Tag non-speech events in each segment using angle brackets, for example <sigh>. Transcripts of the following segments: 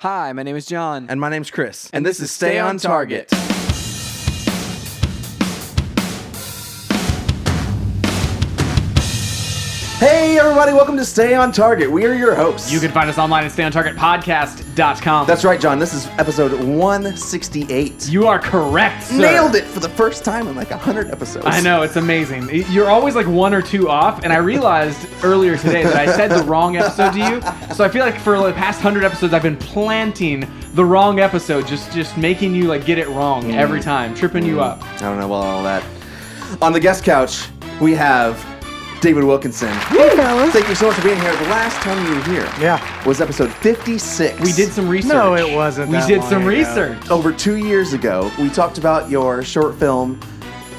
Hi, my name is John. And my name's Chris. And, this, is Stay on Target. Hey, everybody, welcome to Stay on Target. We are your hosts. You can find us online at stayontargetpodcast.com. That's right, John. This is episode 168. you are correct. Sir. nailed it for the first time in like 100 episodes. I know it's amazing. You're always like one or two off, and I realized earlier today that I said the wrong episode to you. So I feel like for the past hundred episodes, I've been planting the wrong episode, just just making you like get it wrong Mm. every time, tripping you up. I don't know about all that. On the guest couch, we have David Wilkinson. Thank you so much for being here. The last time you were here Yeah. was episode 56. We did some research. Mm. No, it wasn't. We that did long some ago. research. over two years ago, we talked about your short film,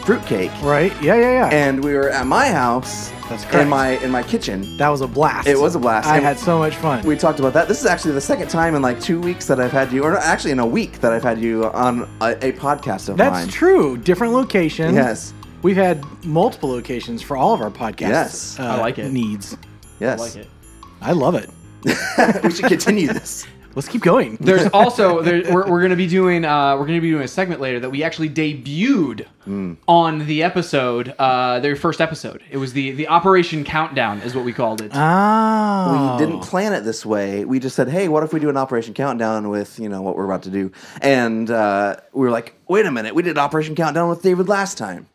Fruitcake, Right? Yeah, yeah, yeah. and we were at my house That's in correct. my in my kitchen. that was a blast. It was a blast. I And had so much fun. We talked about that. This is actually the second time in like two weeks that I've had you, or no, actually in a week that I've had you on a, a podcast of That's mine. true. Different location. Yes, We've had multiple locations for all of our podcasts. Yes. uh, I like it. Needs. yes. like it. I love it. <laughs> we should continue this. <laughs> Let's keep going. <laughs> There's also there, we're, we're going to be doing uh, we're going to be doing a segment later that we actually debuted Hmm. on the episode uh, their first episode. It was the the Operation Countdown is what we called it. Ah. We didn't plan it this way. We just said, "Hey, what if we do an Operation Countdown with you know what we're about to do?" And uh, we were like, "Wait a minute, we did Operation Countdown with David last time."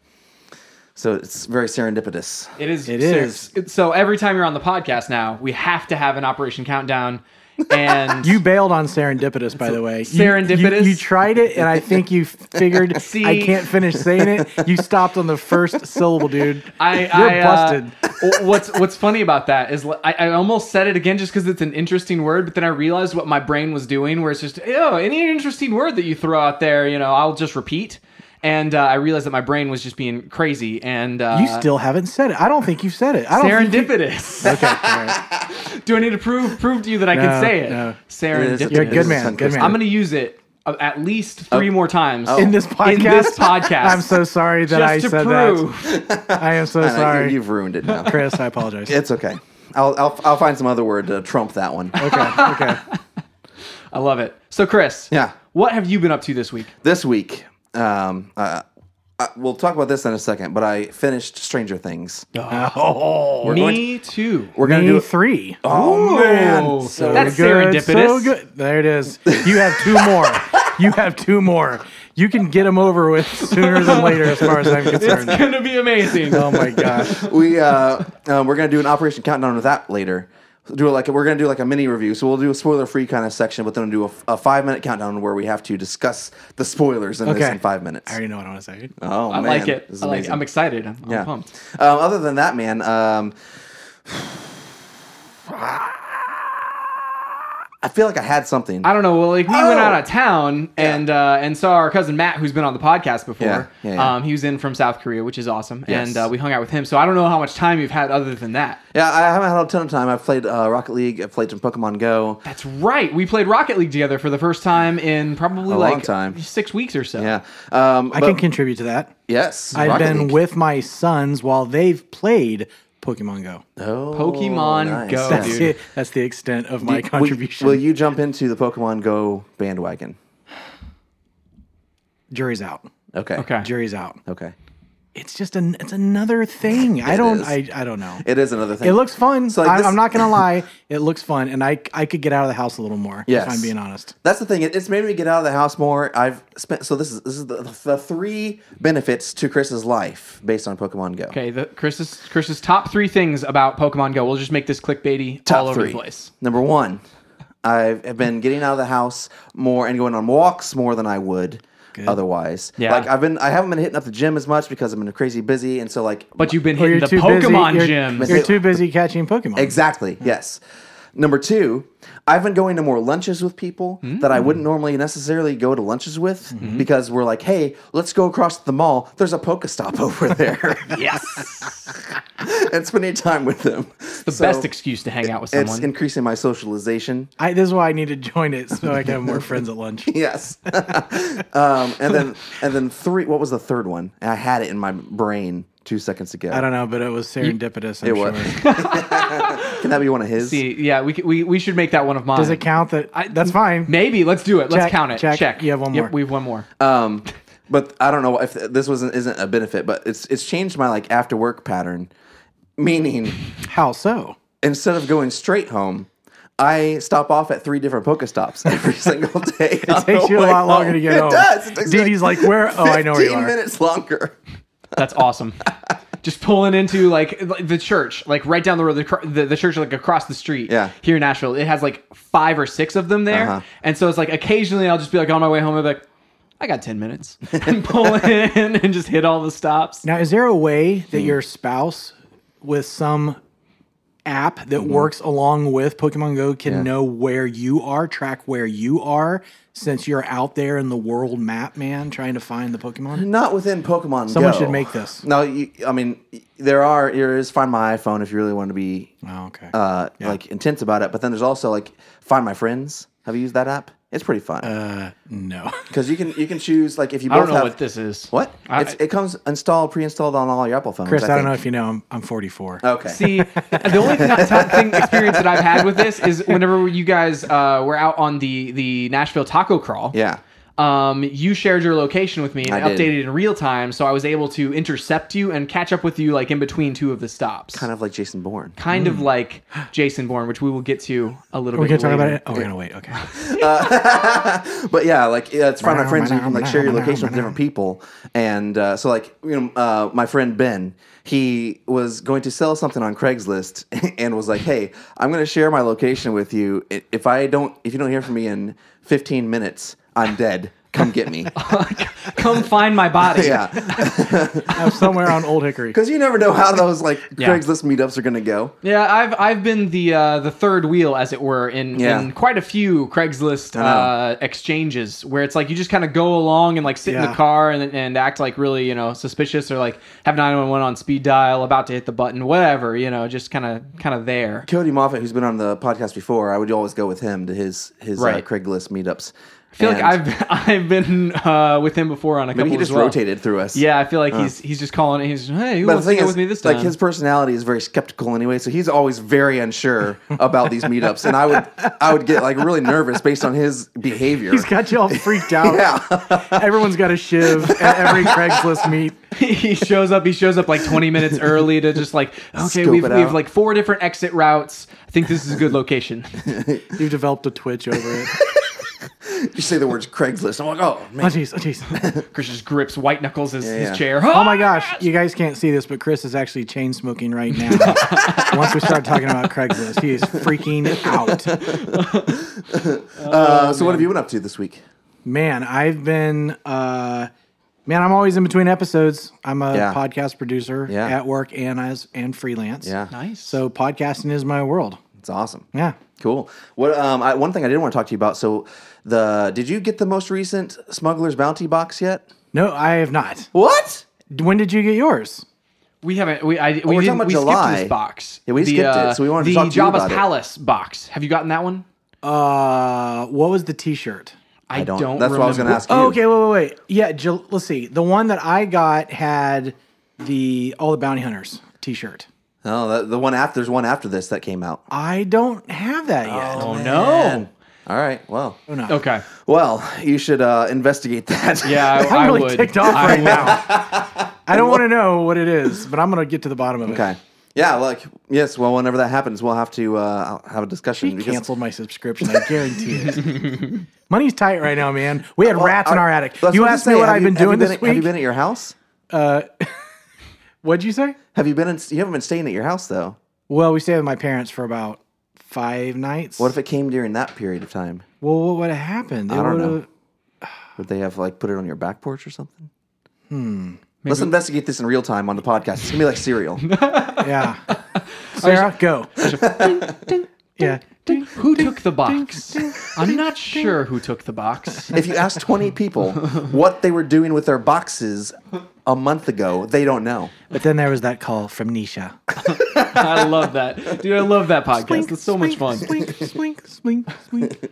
So it's very serendipitous. It is. It serious. So every time you're on the podcast now, we have to have an Operation Countdown, and <laughs> You bailed on serendipitous, by the way. You- Serendipitous? You, you tried it, and I <laughs> think you <laughs> figured See? I can't finish saying it. You stopped on <laughs> the first syllable, dude. I, <laughs> You're I, uh, busted. <laughs> w- what's What's funny about that is li- I, I almost said it again just because it's an interesting word, but then I realized what my brain was doing, where it's just oh, any interesting word that you throw out there, you know, I'll just repeat. And uh, I realized that my brain was just being crazy. And uh, you still haven't said it. I don't think you've said it. I don't think you- <laughs> serendipitous. Okay, all <laughs> right. Do I need to prove prove to you that I can No, say it? no. Serendipitous. You're a This good is man. Good Sunquist. man. I'm gonna use it uh, at least three more times in this podcast. In this podcast. I'm so sorry that I just to said prove. that. I am so I know, you- sorry, you've ruined it now. <laughs> Chris. I <laughs> apologize. it's okay. I'll, I'll I'll find some other word to trump that one. okay, okay. I love it. So, Chris, Yeah. what have you been up to this week? This week, um, uh, uh, we'll talk about this in a second. But I finished Stranger Things. Oh, Me going- too. We're gonna do me it. three. Oh man, Ooh, so that's Good, serendipitous. So good. There it is. You have two more. you have two more. You can get them over with sooner than later, as far as I'm It's concerned. gonna be amazing. Oh my gosh. <laughs> we uh, um, we're gonna do an Operation Countdown with that later. Do it like we're gonna do like a mini review. So we'll do a spoiler free kind of section, but then we'll do a, a five minute countdown where we have to discuss the spoilers in this Okay. in five minutes. I already know what I want to say. oh, <laughs> I man. like it. This is I like it. amazing. I'm excited. I'm, I'm Yeah. pumped. Um, other than that, man, um, I feel like I had something. I don't know. Well, like we went Oh! out of town and uh, and saw our cousin Matt, who's been on the podcast before. Yeah, yeah, yeah. Um, he was in from South Korea, which is awesome, Yes. and uh, we hung out with him. So I don't know how much time you've had other than that. yeah, I haven't had a ton of time. I've played uh, Rocket League. I've played some Pokemon Go. That's right. We played Rocket League together for the first time in probably A long like time. six weeks or so. Yeah. Um, I can contribute to that. Yes. I've Rocket been League. with my sons while they've played Pokemon Go. Oh, Pokemon Go, Yeah. That's, dude. it. That's the extent of my Will- contribution. Will you jump into the Pokemon Go bandwagon? Jury's out. Okay. Okay. Jury's out. Okay. It's just an it's <laughs> another thing. I don't is. I, I don't know. It It, is another thing. looks fun. So, like, I, this- <laughs> I'm not gonna lie. It looks fun, and I I could get out of the house a little more. Yes. if I'm being honest. That's the thing. It, it's made me get out of the house more. I've spent. So this is this is the, the three benefits to Chris's life based on Pokemon Go. Okay, the Chris's Chris's top three things about Pokemon Go. We'll just make this clickbaity Top all over three. the place. Number one, I've have been getting out of the house more and going on walks more than I would. Otherwise, Yeah. like I've been, I haven't been hitting up the gym as much because I've been crazy busy, and so like, But you've been Or hitting the busy- Pokemon you're- gyms. <laughs> You're, too busy catching Pokemon. Exactly. Hmm. Yes. Number two, I've been going to more lunches with people that I Hmm. wouldn't normally necessarily go to lunches with because we're like, hey, let's go across the mall. There's a Pokestop <laughs> over <laughs> there, <laughs> yes, and spending time with them. the best excuse to hang out with It's someone. increasing my socialization. I, this is why I need to join it so I can have more friends <laughs> at lunch. Yes. um, and then and then three. What was the third one? And I had it in my brain. two seconds ago. I don't know, but it was serendipitous. I'm It sure. was. <laughs> Can that be one of his? See, yeah, we, c- we we should make that one of mine. Does it count that? that's fine. <laughs> Maybe. Let's do it. Let's Check, count it. Check. check. You have one more. Yep, we have one more. Um, but I don't know if this wasn't isn't a benefit, but it's it's changed my like after work pattern. Meaning, How so? instead of going straight home, I stop off at three different Pokestops every <laughs> single day. It takes you a lot longer to get it home. Does. It does. Dee Dee's like, where? Oh, I know where you are. minutes longer. That's <laughs> awesome. Just pulling into like like the church, like right down the road, the, cr- the, the church like across the street. Yeah. Here in Nashville, it has like five or six of them there, Uh-huh. and so it's like occasionally I'll just be like on my way home, I'll be like, I got ten minutes, <laughs> and pull in and just hit all the stops. Now, is there a way that your spouse with some app that works along with Pokemon Go can know where you are, track where you are, since you're out there in the world map, man, trying to find the Pokemon? Not within Pokemon. Someone Go. should make this. No, you, I mean there are. There is Find My iPhone if you really want to be Oh, okay. uh, like intense about it. But then there's also like Find My Friends. Have you used that app? It's pretty Uh, fun no. because you can you can choose like if you both I don't know have what this is. what I- it's, it comes installed pre-installed on all your Apple phones. Chris, I, don't know think. Oh, if you know, I'm, I'm 44. okay. See, the only thing, top thing experience that I've had with this is whenever you guys uh, were out on the the Nashville Taco Crawl. yeah. um, you shared your location with me and I did. updated in real time, so I was able to intercept you and catch up with you like in between two of the stops. Kind of like Jason Bourne. Kind of like Jason Bourne, which we will get to a little We're bit going to talk about later. it? Oh, we're going to wait. Okay. But yeah, like yeah, it's find my friends. and You can like share your location with different people, and uh, so like you know, uh, my friend Ben, he was going to sell something on Craigslist, <laughs> and was like, "Hey, I'm going to share my location with you. I- If I don't, if you don't hear from me in 15 minutes, I'm dead. Come get <laughs> me." Come find my body. <laughs> yeah, I'm somewhere on Old Hickory. because you never know how those like Yeah. Craigslist meetups are going to go. Yeah, I've I've been the uh, the third wheel, as it were, in, Yeah. in quite a few Craigslist know. uh, exchanges where it's like you just kind of go along and like sit in Yeah. the car and, and act like really you know suspicious or like have nine one one on speed dial, about to hit the button, whatever you know, just kind of kind of there. Cody Moffat, who's been on the podcast before, I would always go with him to his his Right. uh, Craigslist meetups. I feel like I've <laughs> I've been uh, with him before on a couple. maybe he as just well. rotated through us. Yeah, I feel like he's he's just calling. and He's hey, who But the wants to thing go is, with me this time? like his personality is very skeptical anyway, so he's always very unsure about these meetups, and I would I would get like really nervous based on his behavior. He's got you all freaked out. yeah, <laughs> Everyone's got a shiv at every Craigslist meet. he shows up. He shows up like 20 minutes early to just like okay, Scope we've it we've out. like four different exit routes. I think this is a good <laughs> location. You've developed a twitch over it. you say the words Craigslist, I'm like, oh Oh, man, jeez. Oh, jeez. Chris just grips white knuckles his, yeah. his chair. <gasps> Oh my gosh, you guys can't see this, but Chris is actually chain smoking right now. <laughs> Once we start talking about Craigslist, he is freaking out. uh, so what have you been up to this week? Man, I've been, uh, man, I'm always in between episodes. I'm a Yeah. podcast producer Yeah. at work and as and freelance. Yeah, Nice. So podcasting is my world. it's awesome. Yeah. Cool. What um, I, one thing I did want to talk to you about. So the did you get the most recent Smuggler's Bounty box yet? No, I have not. What? When did you get yours? we haven't. We I, we, we're didn't, talking about we July. skipped this box. Yeah, we skipped it, so we wanted to the talk to you Jabba's about it. Palace box. Have you gotten that one? Uh, what was the T-shirt? I, don't- don't. that's what I was gonna remember. ask you. Oh, okay, wait, wait, wait. Yeah, Jul- let's see. The one that I got had the all the bounty hunters T-shirt. Oh, the, the one after there's one after this that came out. I don't have that yet. Oh Man. no. All right. Well. Oh, no. Okay. Well, you should uh, investigate that. Yeah, I, I'm I really would. ticked off I right would. now. I don't want to know what it is, but I'm going to get to the bottom of it. Okay. Yeah, like yes. Well, whenever that happens, we'll have to uh, I'll have a discussion. He because- canceled my subscription. I guarantee it. <laughs> Money's tight right now, man. We had rats in I- our attic. That's You I was asked gonna me say, what have I've you- been have you doing been this at- Have you week. been at your house? What'd you say? Have you been? In, you haven't been staying at your house though. Well, we stayed with my parents for about five nights. What if it came during that period of time? well, what would have happened? They I don't would've- know. Would they have like put it on your back porch or something? Hmm. Let's investigate this in real time on the podcast. It's gonna be like <laughs> serial. <laughs> Yeah. Sarah, <laughs> go. yeah. Who took the box? I'm not sure who took the box. <laughs> if you ask twenty people what they were doing with their boxes a month ago, they don't know. But then there was that call from Nisha. I love that, dude. I love that podcast. It's so much fun. Swink, swink, swink, swink.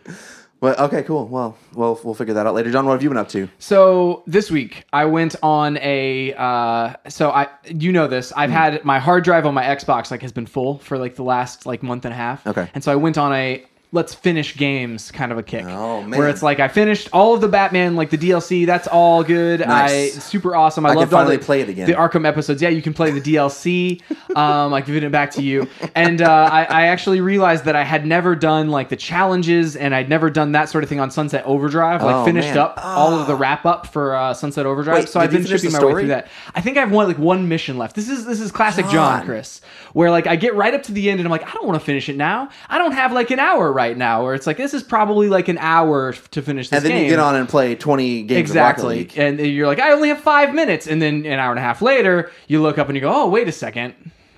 Well, okay, cool. Well, well, we'll figure that out later. John, what have you been up to? So this week I went on a uh, so I you know this I've had my hard drive on my Xbox like has been full for like the last like month and a half. Okay. and so I went on a let's finish games kind of a kick. Oh, man. where it's like I finished all of the Batman like the DLC that's all good. Nice. I it's super awesome. I, can loved all finally the- play it again. The Arkham episodes. Yeah, you can play the DLC. um, I've given it back to you. And uh, I, I actually realized that I had never done like the challenges and I'd never done that sort of thing on Sunset Overdrive. Like Oh, finished man. up all of the wrap up for uh, Sunset Overdrive. Wait, so did I've you been finish shipping the my way story? through that. I think I've won like one mission left. This is this is classic John, John. Chris, where like I get right up to the end and I'm like, I don't want to finish it now. I don't have like an hour right now, or it's like this is probably like an hour to finish this And then game you get on and play 20 games of Rocket exactly League. and you're like i only have five minutes and then an hour and a half later you look up and you go oh wait a second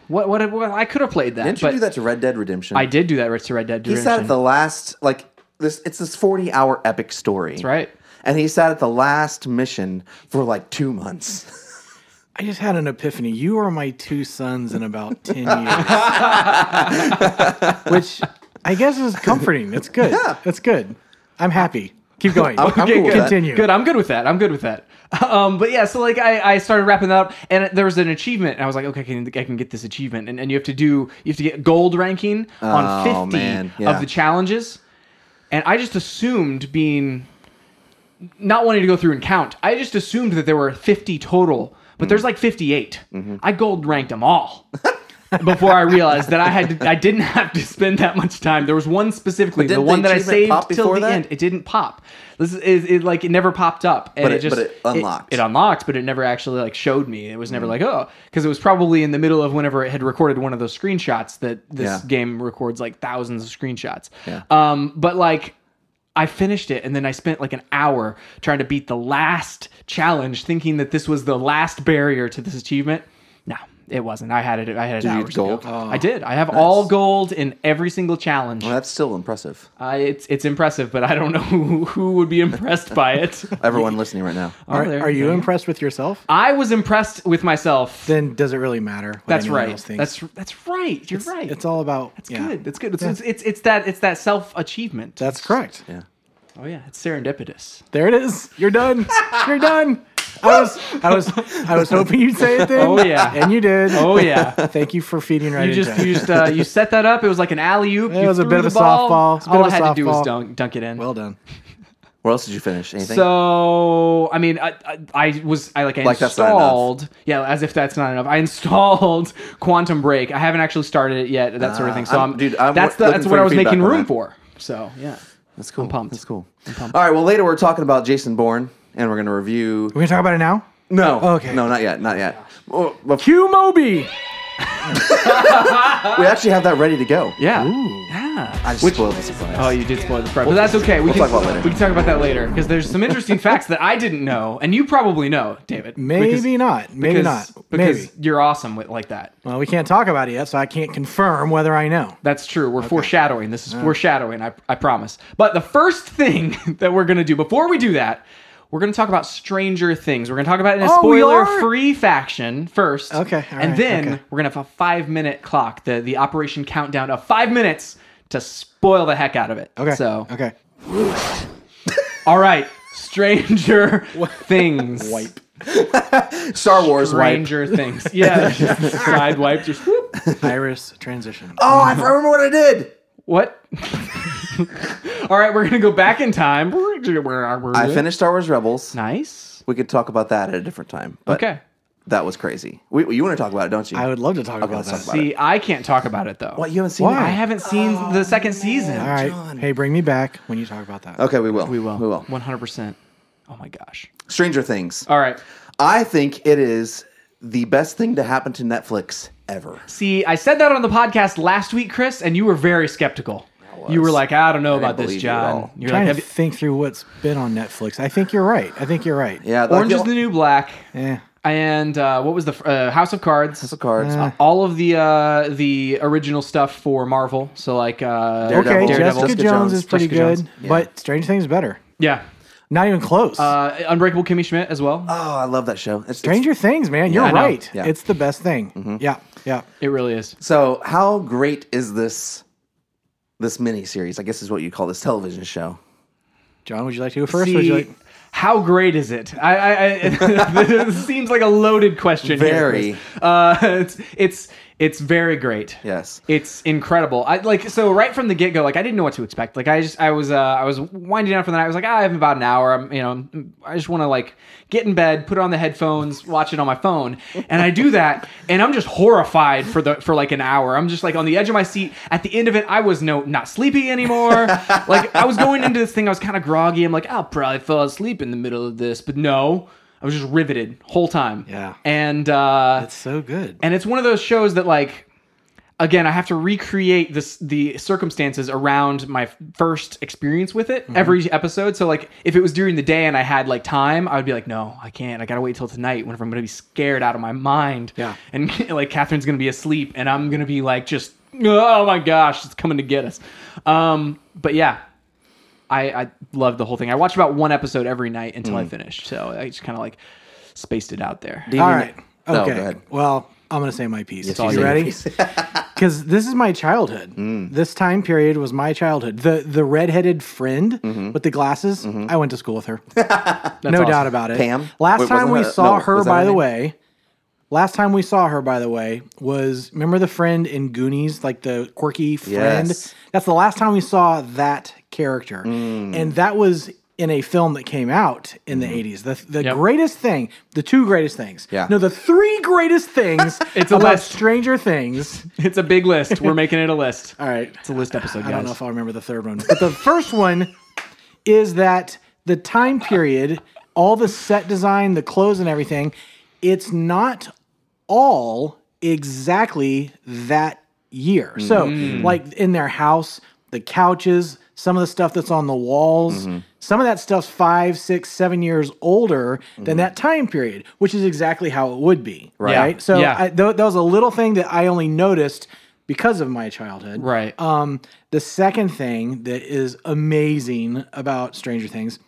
what what, what i could have played that Didn't you but do that to Red Dead Redemption? i did do that right to red dead He Redemption. sat at the last, like, this. it's this 40 hour epic story. That's right And he sat at the last mission for like two months. <laughs> I just had an epiphany. You are my two sons <laughs> in about 10 years. Which I guess is comforting. That's good. That's good. I'm happy. Keep going. I'm- I'm cool with that. Continue. Good. I'm good with that. I'm good with that. <laughs> Um, but yeah, so like I, I started wrapping that up, and there was an achievement, and I was like, okay, I can, I can get this achievement, and, and you have to do you have to get gold ranking on Oh, fifty man. Yeah. of the challenges, and I just assumed being not wanting to go through and count, I just assumed that there were fifty total, but Mm-hmm. there's like fifty I gold ranked them all. <laughs> before I realized that I had to, I didn't have to spend that much time. There was one specifically, the didn't the one that I achievement saved pop till before the that? end. It didn't pop. This is it, it like it never popped up, and But it, it- just but it unlocked. It, unlocked, but it never actually like showed me. It was never like oh, because it was probably in the middle of whenever it had recorded one of those screenshots that this Yeah. game records like thousands of screenshots. Yeah. Um, but like. I finished it and then I spent like an hour trying to beat the last challenge, thinking that this was the last barrier to this achievement. No, it wasn't. I had it. I had it you get hours ago. gold? Oh, I did. I have all gold in every single challenge. Well, that's still impressive. Uh, it's it's impressive, but I don't know <laughs> who, who would be impressed by it. Everyone listening right now. Oh, are, there- are you there impressed with yourself? I was impressed with myself. Then does it really matter? What that's anyone right. else thinks? That's that's right. You're right. It's all about. It's yeah. good. It's good. It's, it's, it's it's that it's that self achievement. That's correct. Yeah. Oh yeah, it's <laughs> serendipitous. There it is. You're done. You're done. I was, I was, I was hoping you'd say it then. Oh, yeah. and you did. Oh yeah. Thank you for feeding right You into just it. you just uh, <laughs> you set that up. It was like an alley oop. It was a bit of a softball. It's a bit All of I a had to do was softball. dunk dunk it in. Well done. Where else did you finish? Anything? So I mean, I, I, I was I like I Like that's not enough. installed. Yeah, as if that's not enough. I <laughs> installed Quantum Break. I haven't actually started it yet. That sort of thing. So Uh, I'm- I'm, dude, I'm that's the, looking that's for what I your was feedback making on room that. for. So yeah, That's cool. pumped. That's cool. All right. Well, later we're talking about Jason Bourne, and we're going to review. We're gonna talk about it now. No. Okay. No, not yet. Not yet. Oh, but Q Moby. we actually have that ready to go. yeah, yeah. I just spoiled the surprise. Oh, you did spoil the surprise, but that's okay. We we'll can talk about it later. we can talk about that later because there's some interesting facts that I didn't know, and you probably know, David. Maybe because- not. Maybe because- not. Because Maybe. you're awesome with like that. Well, we can't talk about it yet, so I can't confirm whether I know. That's true. We're foreshadowing. This is foreshadowing, I, I promise. But the first thing <laughs> that we're going to do before we do that, we're going to talk about Stranger Things. We're going to talk about it in a Oh, we spoiler are? free faction first. Okay, all And right, then okay. we're going to have a five minute clock, the, the operation countdown of five minutes to spoil the heck out of it. Okay. So, <laughs> okay. all right. <laughs> Stranger Things. Wipe. Star Wars wipe. Stranger Things. <laughs> Yeah. just side wipe. Just whoop. Iris transition. Oh, I remember what I did. What? <laughs> all right. We're going to go back in time. <laughs> I finished Star Wars Rebels. Nice. We could talk about that at a different time. But Okay. That was crazy. We, you want to talk about it, don't you? I would love to talk about let's that. talk about it. See, I can't talk about it though. What you Oh, haven't seen? Why? I it? haven't seen the second season. All right. John. Hey, bring me back when you talk about that. Okay, we will. We will. We will. 100%. Oh my gosh. Stranger Things. All right. I think it is the best thing to happen to Netflix ever. See, I said that on the podcast last week, Chris, and you were very skeptical. You were like, I don't know about this, believe you at John. all. You're trying like, to have you- think through what's been on Netflix. I think you're right. I think you're right. Eh. Yeah, like, Orange you is know- the New Black, Yeah. and uh, what was the f- uh, House of Cards? House of Cards. Uh, all of the uh, the original stuff for Marvel. So like, uh, Okay. Daredevil. Jessica, Jessica Jones, Jones. is pretty Jessica good, Jones. but Stranger Things is better. yeah, Not even close. uh, Unbreakable Kimmy Schmidt as well. oh, I love that show. It's- it's- Stranger Things, man. You're I know. Mm-hmm. right. Yeah. It's the best thing. Yeah. Yeah. it really is. So, how great is this this mini series? I guess is what you call this television show. John, would you like to go first? or would you like- See, how great is it? I, I, I <laughs> this seems like a loaded question. here, Very. Chris. Uh, <laughs> it's it's it's very great. Yes. it's incredible. I like so right from the get go. Like I didn't know what to expect. Like I just I was uh, I was winding down for the night. I was like ah, I have about an hour. I'm you know I just want to like get in bed, put on the headphones, watch it on my phone, and I do that, and I'm just horrified for the for like an hour. I'm just like on the edge of my seat. At the end of it, I was no not sleepy anymore. like I was going into this thing, I was kind of groggy. I'm like I'll probably fall asleep in the middle of this, but no. I was just riveted whole time. Yeah. And uh That's so good. and it's one of those shows that like again i have to recreate this the circumstances around my first experience with it every episode so like if it was during the day and i had like time i would be like no i can't i gotta wait till tonight whenever i'm gonna be scared out of my mind Yeah. and <laughs> like catherine's gonna be asleep and i'm gonna be like just oh my gosh it's coming to get us um but yeah i i loved the whole thing i watched about one episode every night until i finished so i just kind of like spaced it out there Do you All need right. No, go Okay. ahead. Well, I'm going to say my piece. you you do. ready? Because this is my childhood. Mm. This time period was my childhood. The the redheaded friend Mm-hmm. with the glasses. I went to school with her. <laughs> no awesome. doubt about it. Pam? Last Wait, time wasn't we that- saw no, her, was that by her the name? way. Last time we saw her, by the way, was remember the friend in Goonies, like the quirky friend. Yes. That's the last time we saw that character, Mm. and that was in a film that came out in the eighties. The the Yep. greatest thing, the two greatest things. Mm-hmm. Yeah. No, the three greatest things <laughs> It's a about list. Stranger Things. It's a big list. We're making it a list. All right. It's a list episode, guys. I don't know if I'll remember the third one. But the first one is that the time period, all the set design, the clothes and everything, it's not all exactly that year. So, like in their house, the couches, some of the stuff that's on the walls, some of that stuff's five, six, seven years older than that time period, which is exactly how it would be. Right. Yeah. So, Yeah. I, th- that was a little thing that I only noticed because of my childhood. right. Um, the second thing that is amazing about Stranger Things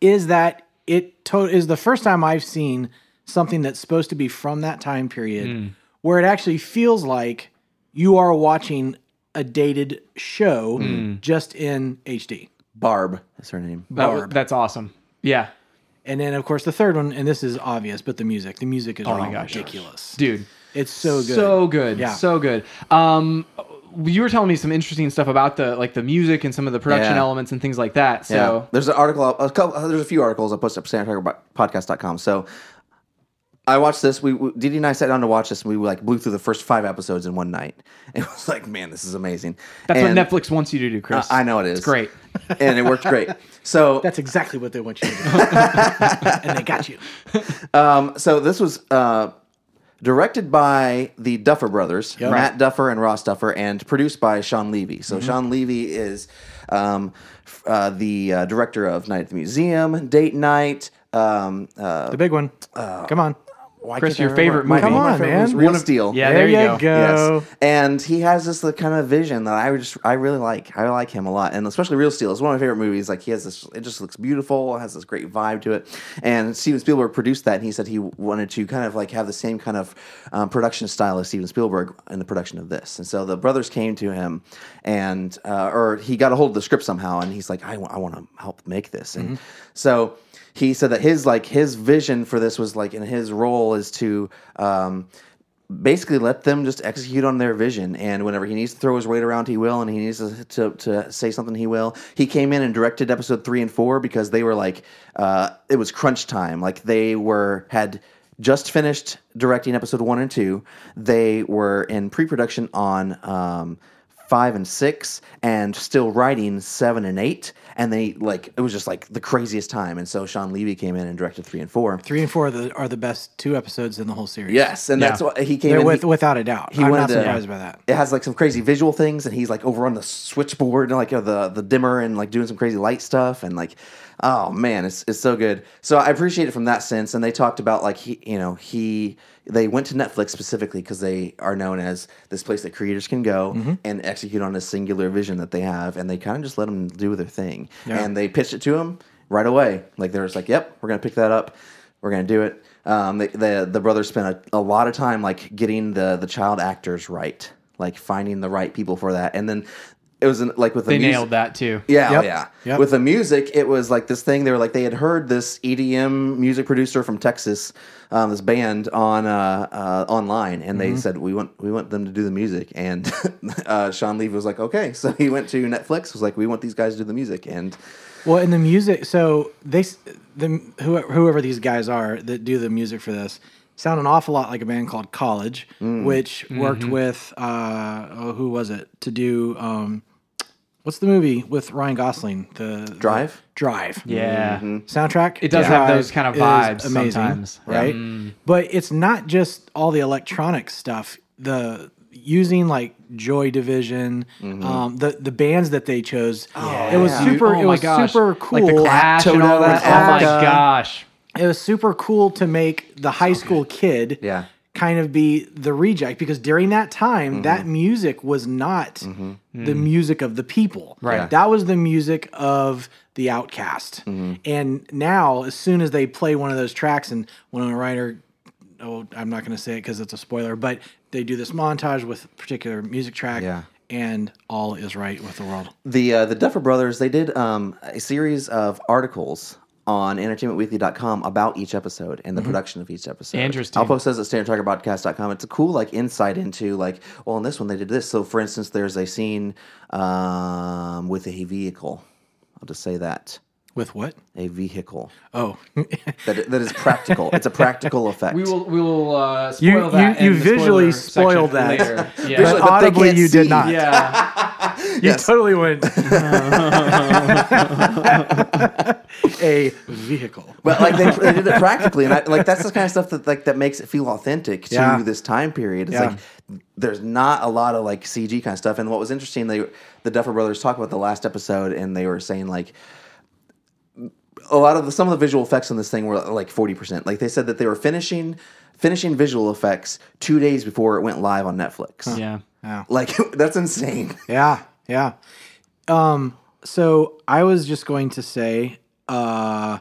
is that it to- is the first time I've seen something that's supposed to be from that time period where it actually feels like you are watching a dated show just in HD. <laughs> Barb. That's her name. That- that's awesome. Yeah. And then, of course, the third one, and this is obvious, but the music, the music is oh gosh. ridiculous. Dude. It's so good. So good. Yeah. So good. Um you were telling me some interesting stuff about the like the music and some of the production Yeah. elements and things like that. So there's an article, a couple, uh, there's a few articles I posted up standardtrackpodcast.com. So I watched this. We, we Didi and I sat down to watch this, and we like blew through the first five episodes in one night. <laughs> It was like, man, this is amazing. that's and what Netflix wants you to do, Chris. I know it is. It's great. <laughs> and it worked great. So That's exactly what they want you to do. <laughs> and they got you. Um, so this was uh, directed by the Duffer brothers, Matt Duffer and Ross Duffer, and produced by Sean Levy. Mm-hmm. So Sean Levy is um, f- uh, the uh, director of Night at the Museum, Date Night. Um, uh, The big one. Come on. why Chris, can't I your remember- favorite my- movie. my Come on, favorite was man. Real One of- Steel. Yeah, there you go. Yes. And he has this the kind of vision that I just I really like. I like him a lot, and especially Real Steel is one of my favorite movies. Like he has this, it just looks beautiful. It has this great vibe to it. And Steven Spielberg produced that, and he said he wanted to kind of like have the same kind of um, production style as Steven Spielberg in the production of this. And so the brothers came to him, and uh, or he got a hold of the script somehow, and he's like, I want to help make this, and so he said that his like his vision for this was like and his role is to um, basically let them just execute on their vision and whenever he needs to throw his weight around he will and he needs to, to, to say something he will he came in and directed episode three and four because they were like uh, it was crunch time like they were had just finished directing episode one and two they were in pre-production on um, five and six and still writing seven and eight and they like it was just like the craziest time and so sean levy came in and directed three and four Three and four are the, are the best two episodes in the whole series. yes and that's why he came They're in with, he- without a doubt. he I'm wanted not to- surprised by that. it has like some crazy visual things and he's like over on the switchboard and like uh, the the dimmer and like doing some crazy light stuff and like oh man it's it's so good so i appreciate it from that sense and they talked about like he you know he they went to netflix specifically because they are known as this place that creators can go and execute on a singular vision that they have and they kind of just let them do their thing and they pitched it to him right away like they're just like yep we're gonna pick that up we're gonna do it. Um, the, the the brothers spent a, a lot of time like getting the the child actors right, like finding the right people for that, and then It was an, like with the They music. nailed that too. Yeah, Yep. yeah. Yep. With the music, it was like this thing. They were like they had heard this EDM music producer from Texas, um, this band on uh, uh, online, and Mm-hmm. they said we want we want them to do the music. And <laughs> uh, Sean Levy was like, okay, so he went to Netflix, was like, we want these guys to do the music, and Well, and the music. So they, s- the whoever, whoever these guys are that do the music for this, sound an awful lot like a band called College, Mm. which Mm-hmm. worked with uh, oh, who was it to do? Um, what's the movie with Ryan Gosling? The Drive? the- Drive. Yeah. Soundtrack. It does have those kind of vibes sometimes. right? But it's not just all the electronic stuff. The using like Joy Division, um, the the bands that they chose, it was yeah. super. Oh it my was gosh. super cool. Like the Clash and all Toto that. and Oh my Abba. gosh. it was super cool to make the high school kid, Yeah. kind of be the reject because during that time, that Mm-hmm. music was not the music of the people. Right. Yeah. that was the music of the outcast. Mm-hmm. And now, as soon as they play one of those tracks, and when a writer oh, I'm not going to say it because it's a spoiler, but they do this montage with a particular music track, Yeah. and all is right with the world. the uh, the Duffer Brothers they did um, a series of articles on entertainmentweekly.com about each episode and the production of each episode. Mm-hmm. Interesting. I'll post those at standardtalkerpodcast.com. It's a cool like insight into like, well, in this one they did this. So for instance, there's a scene um, with a vehicle. I'll just say that. With what? A vehicle Oh, <laughs> that, that is practical. it's a practical <laughs> effect. We will we will uh, spoil You- that. you- in you the spoiler visually section spoiled that. later. Visually, Yeah. but but they audibly can't you did see. <laughs> not. yeah. You Yes. totally went a vehicle. but like they, they did <laughs> it practically, and I, like that's the kind of stuff that like that makes it feel authentic to Yeah. this time period. It's Yeah. like there's not a lot of like CG kind of stuff. And what was interesting, they the Duffer Brothers talked about the last episode, and they were saying like a lot of the, some of the visual effects on this thing were like 40%. Like they said that they were finishing finishing visual effects 2 days before it went live on Netflix. yeah. Like <laughs> that's insane. <laughs> Yeah, yeah. Um, so I was just going to say uh,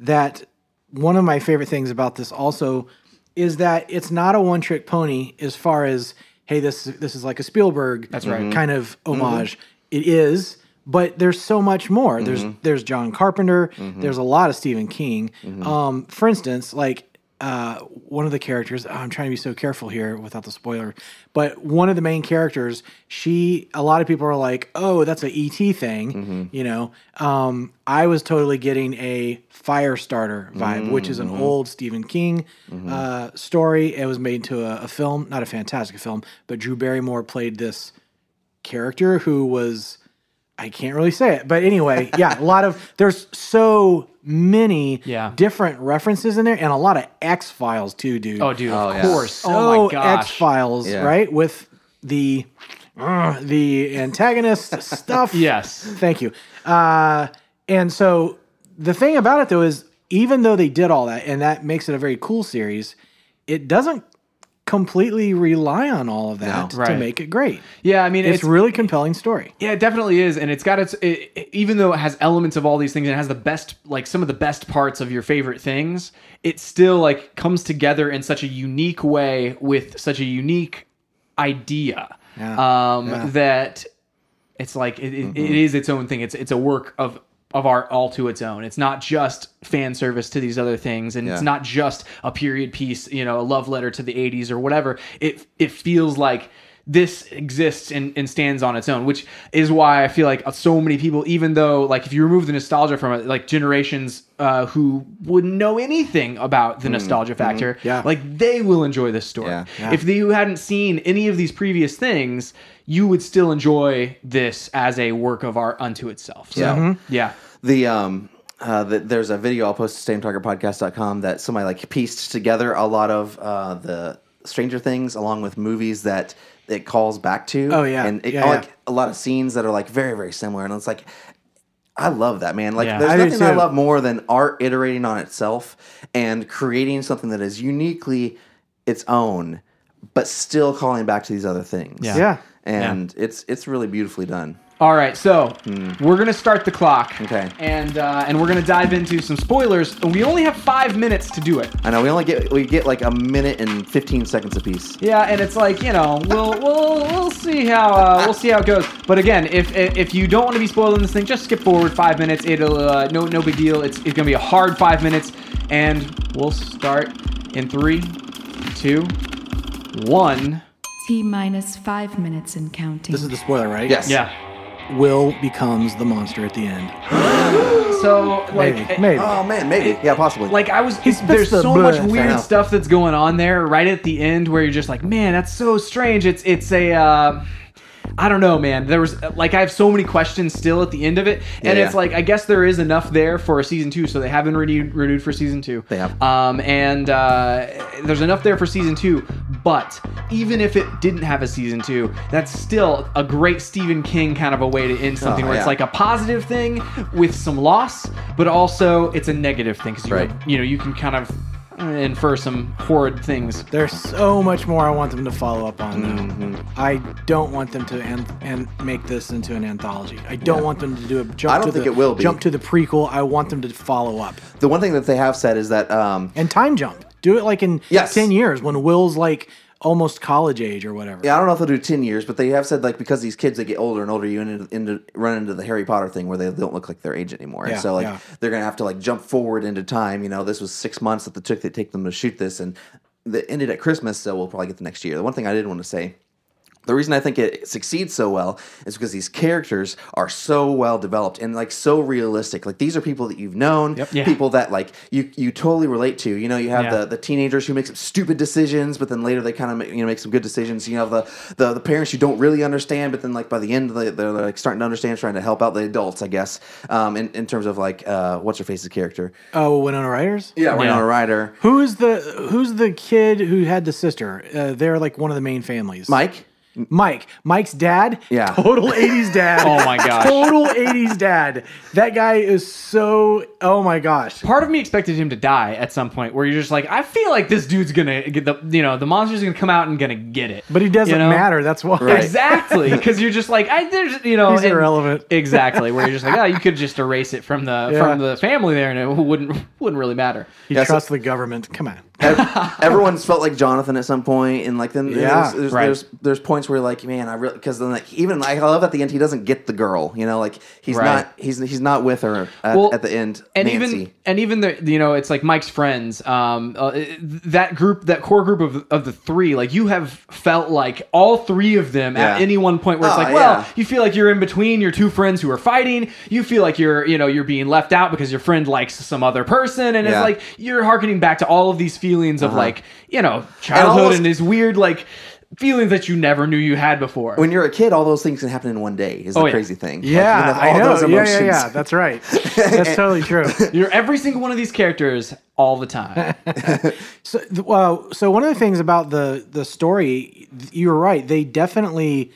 that one of my favorite things about this also is that it's not a one-trick pony as far as hey, this this is like a Spielberg that's right Mm-hmm. kind of homage. It is, but there's so much more. There's there's John Carpenter. There's a lot of Stephen King. Um, for instance, like uh, one of the characters. oh, I'm trying to be so careful here without the spoiler, but one of the main characters, she. A lot of people are like, "Oh, that's a ET thing," you know. Um, I was totally getting a Firestarter vibe, which is an old Stephen King uh, story. It was made into a, a film, not a fantastic film, but Drew Barrymore played this character who was I can't really say it, but anyway, yeah, a lot of there's so many Yeah. different references in there and a lot of X Files too, dude. Oh, dude. Oh, of yeah. course. so oh my X gosh. Files, Yeah. right? With the uh, the antagonist stuff. Yes. Thank you. Uh, and so the thing about it though is, even though they did all that, and that makes it a very cool series, it doesn't completely rely on all of that to Right. make it great. Yeah. I mean, It's, it's, really compelling story. Yeah, it definitely is, and it's got its. It, it- even though it has elements of all these things, and it has the best, like some of the best parts of your favorite things. It still like comes together in such a unique way with such a unique idea Yeah. Um, that it's like it, it, it is its own thing. It's it's a work of of art all to its own. It's not just fan service to these other things, and it's Yeah. not just a period piece, you know, a love letter to the '80s or whatever. It it feels like this exists and, and stands on its own, which is why I feel like so many people, even though like if you remove the nostalgia from it, like generations uh, who wouldn't know anything about the nostalgia factor, Yeah. like they will enjoy this story. Yeah. If the- you hadn't seen any of these previous things, you would still enjoy this as a work of art unto itself. So, yeah. Mm-hmm. the um uh, the, there's a video I'll post to SameTalkerPodcast.com that somebody like pieced together a lot of uh, the Stranger Things along with movies that it calls back to. Oh, yeah. and it, Yeah, like yeah. a lot of scenes that are like very very similar, and it's like. I love that man. Like, Yeah. there's I do nothing I too. love more than art iterating on itself and creating something that is uniquely its own, but still calling back to these other things. Yeah. Yeah. and it's it's really beautifully done. All right, so we're gonna start the clock. Hmm. Okay. And uh, and we're gonna dive into some spoilers. And we only have five minutes to do it. I know we only get we get like a minute and fifteen seconds apiece. Yeah, and it's like you know we'll we'll we'll see how uh, we'll see how it goes. But again, if if you don't want to be spoiling this thing, just skip forward five minutes. It'll uh, no no big deal. It's it's gonna be a hard five minutes, and we'll start in three, two, one. T minus five minutes and counting. This is the spoiler, right? Yes. Yeah. Will becomes the monster at the end. So like Maybe. Maybe. Oh man, maybe. Yeah, possibly. Like I was, He's there's just a so much blur. Fair weird enough. stuff that's going on there right at the end where you're just like, man, that's so strange. It's it's a, uh, I don't know, man. There was like I have so many questions still at the end of it, and Yeah, it's yeah. like I guess there is enough there for a season two, so they have been renewed renewed for season two. They have. Um, and uh, there's enough there for season two, but even if it didn't have a season two, that's still a great Stephen King kind of a way to end something Oh, where it's yeah. like a positive thing with some loss, but also it's a negative thing because you, Right. you know you can kind of uh, infer some horrid things. There's so much more I want them to follow up on. Though. Mm-hmm. I don't want them to and and make this into an anthology. I don't want them to do a jump. I don't to think the, it will be. jump to the prequel. I want them to follow up the one thing that they have said is that um, and time jump. Do it like in Yes. ten years when Will's like almost college age or whatever. Yeah, I don't know if they'll do ten years, but they have said like because these kids they get older and older, you into, into, run into the Harry Potter thing where they don't look like their age anymore. and Yeah, so like yeah. they're gonna have to like jump forward into time. You know, this was six months that the took that take them to shoot this, and that ended at Christmas, so we'll probably get the next year. The one thing I did want to say. The reason I think it succeeds so well is because these characters are so well developed and like so realistic. Like these are people that you've known, Yeah. people that like you you totally relate to. You know, you have Yeah. the the teenagers who make some stupid decisions, but then later they kind of make, you know make some good decisions. You have the, the the parents you don't really understand, but then like by the end they, they're like starting to understand, trying to help out the adults, I guess. Um, in, in terms of like uh, what's her face's character? Oh, Winona Ryder's. Yeah, Yeah. Winona Ryder, Who's the Who's the kid who had the sister? Uh, they're like one of the main families. Mike. Mike. Mike's dad. Yeah. Total 80s dad. <laughs> Oh <laughs> my gosh. Total 80s dad. That guy is so. Oh my gosh. Part of me expected him to die at some point where you're just like, I feel like this dude's gonna get the you know the monster's gonna come out and gonna get it. But he doesn't You know? matter. That's why. Exactly, because you're just like I there's you know He's and- irrelevant. Exactly, where you're just <laughs> like oh you could just erase it from the Yeah. from the family there and it wouldn't <laughs> wouldn't really matter. He Yes. trusts the government. Come on. <laughs> Ev- Everyone's felt like Jonathan at some point, and like then Yeah, there's, there's, right. there's there's points where like man, I really because then like even I love at the end he doesn't get the girl, you know, like he's Right. not he's he's not with her at, Well, at the end. and Nancy. even and even the you know it's like Mike's friends, um, uh, that group, that core group of of the three, like you have felt like all three of them at Yeah. any one point where it's Oh, like, well, yeah. you feel like you're in between your two friends who are fighting, you feel like you're you know you're being left out because your friend likes some other person, and it's Yeah. Uh-huh. like you're hearkening back to all of these feelings of like you know childhood almost- and these weird like feelings that you never knew you had before. when you're a kid, all those things can happen in one day. Is the Oh, yeah. crazy thing. Like, you Yeah, have I all know. those Yeah, yeah, emotions. yeah. <laughs> <laughs> That's right. That's totally true. you're every single one of these characters all the time. So, th- well, so one of the things about the the story, th- you were right. They definitely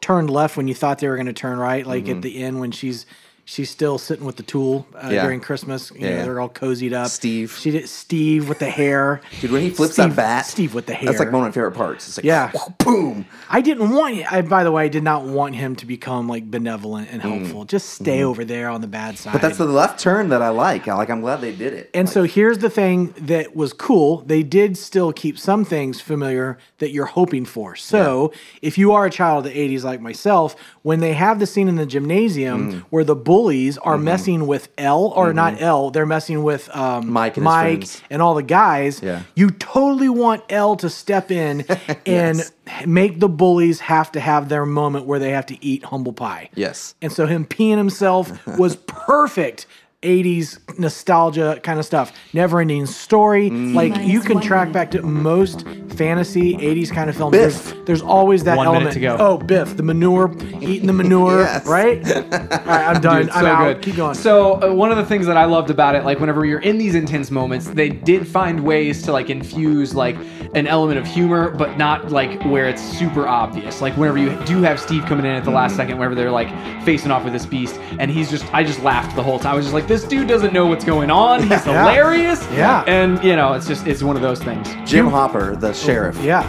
turned left when you thought they were going to turn right. Like Mm-hmm. at the end when she's she's still sitting with the tool uh, Yeah. during Christmas. You know, Yeah. they're all cozied up. Steve. She did Steve with the hair. Dude, when he flips that Steve, bat, Steve with the hair. That's like one of my favorite parts. It's like, Yeah. <laughs> boom. I didn't want. I by the way, I did not want him to become like benevolent and helpful. Just stay over there on the bad side. Mm. Mm-hmm. But that's the left turn that I like. I like. I'm glad they did it. And so here's the thing that was cool. They did still keep some things familiar that you're hoping for. So if you are a child of the 80s like myself, when they have the scene in the gymnasium Mm. where the bullies are Mm-hmm. messing with L or not L, they're messing with um, Mike and his Mike friends. and all the guys. Yeah. You totally want L to step in <laughs> and make the bullies have to have their moment where they have to eat humble pie. yes, And so him peeing himself <laughs> was perfect 80s nostalgia kind of stuff. Never ending story. Mm. Like you Minus can one track minute. back to most fantasy 80s kind of films. Biff. There's, there's always that One minute element. to go. Oh, Biff, the manure, eating the <laughs> manure, Yes. right? All right, I'm done. Dude, I'm so out. good. Keep going. So uh, one of the things that I loved about it, like whenever you're in these intense moments, they did find ways to like infuse like an element of humor, but not like where it's super obvious. Like whenever you do have Steve coming in at the Mm. last second, whenever they're like facing off with this beast, and he's just, I just laughed the whole time. I was just like, this dude doesn't know what's going on. He's <laughs> Yeah. hilarious. Yeah. And you know, it's just it's one of those things. Jim Hopper, the sheriff. yeah.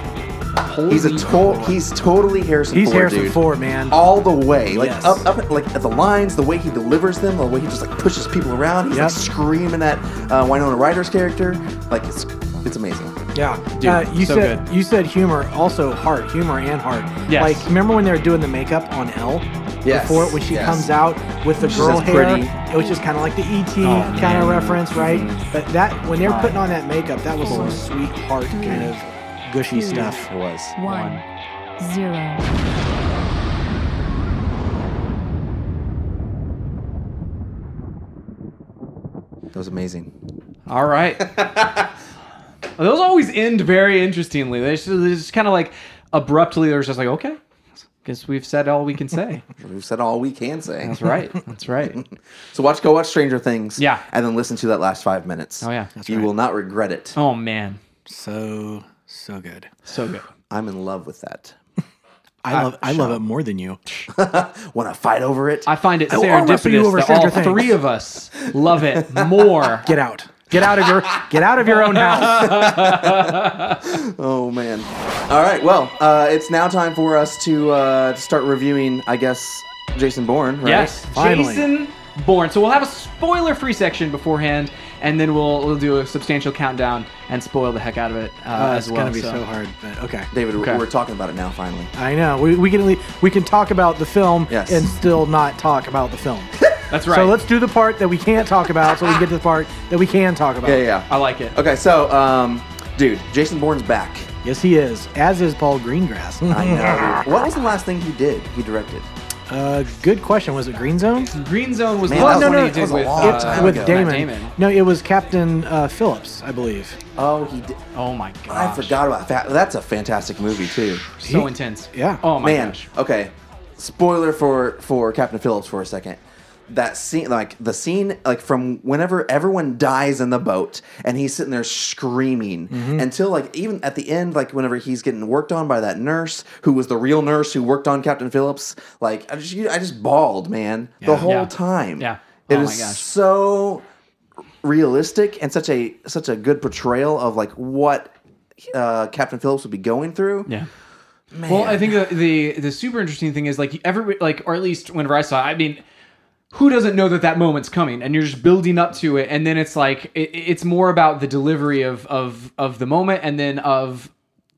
He's a Holy to- he's totally Harrison He's Ford. Harrison dude. Ford, man. All the way, like Yes. up, up, like at the lines, the way he delivers them, the way he just like pushes people around. He's Yep. like screaming at uh, Winona Ryder's character. Like it's, it's amazing. Yeah, Dude, uh, you so said good. you said humor, also heart, humor and heart. Yes. Like remember when they were doing the makeup on Elle Yes, before when she yes. comes out with the She's girl just hair, pretty. it was just kind of like the ET Oh, kind man. of reference, right? But that when they were putting on that makeup, that was some sweet heart kind of gushy stuff. It was. One, zero. That was amazing. All right. <laughs> Those always end very interestingly. They just, they just kind of like abruptly. They're just like, okay, guess we've said all we can <laughs> say. We've said all we can say. That's right. That's right. So watch, go watch Stranger Things. Yeah. and then listen to that last five minutes. Oh, yeah. That's you will not regret it. Oh man, So so good. so good. I'm in love with that. I love I love it more than <laughs> you. Want to fight over it? I find it I will all refer serendipitous you over that Stranger all Things. three of us love it more. <laughs> Get out. Get out of your get out of your <laughs> own house. Oh man! All right, well, uh, it's now time for us to uh, to start reviewing, I guess, Jason Bourne. Right? Yes, Finally. Jason Bourne. So we'll have a spoiler-free section beforehand, and then we'll we'll do a substantial countdown and spoil the heck out of it uh, Uh, as it's well. gonna be so, hard, but okay. David, Okay. we're, we're talking about it now. Finally, I know. We, we can at least, we can talk about the film Yes. and still not talk about <laughs> the film. That's right. So let's do the part that we can't talk about, so we can get to the part that we can talk about. yeah, yeah. I like it. Okay, so, um, dude, Jason Bourne's back. Yes, he is. As is Paul Greengrass. I know. dude. what was the last thing he did? He directed. <laughs> Uh, good question. Was it Green Zone? Green Zone was Man, the that last was one a- he that did was a with, long uh, time With ago. Damon. Matt Damon. No, it was Captain uh, Phillips, I believe. Oh, he did. Oh my god! I forgot about that. That's a fantastic movie too. So He- intense. yeah. Oh my Man, gosh. okay. Spoiler for for Captain Phillips for a second. That scene, like the scene, like from whenever everyone dies in the boat, and he's sitting there screaming Mm-hmm. until like even at the end, like whenever he's getting worked on by that nurse who was the real nurse who worked on Captain Phillips. Like I just, I just bawled, man, the whole Yeah. time. Yeah. it Oh my is gosh. so realistic and such a such a good portrayal of like what uh, Captain Phillips would be going through. Yeah. Well, I think the, the the super interesting thing is like every like or at least whenever I saw, it, I mean, who doesn't know that that moment's coming and you're just building up to it, and then it's like it, it's more about the delivery of of of the moment and then of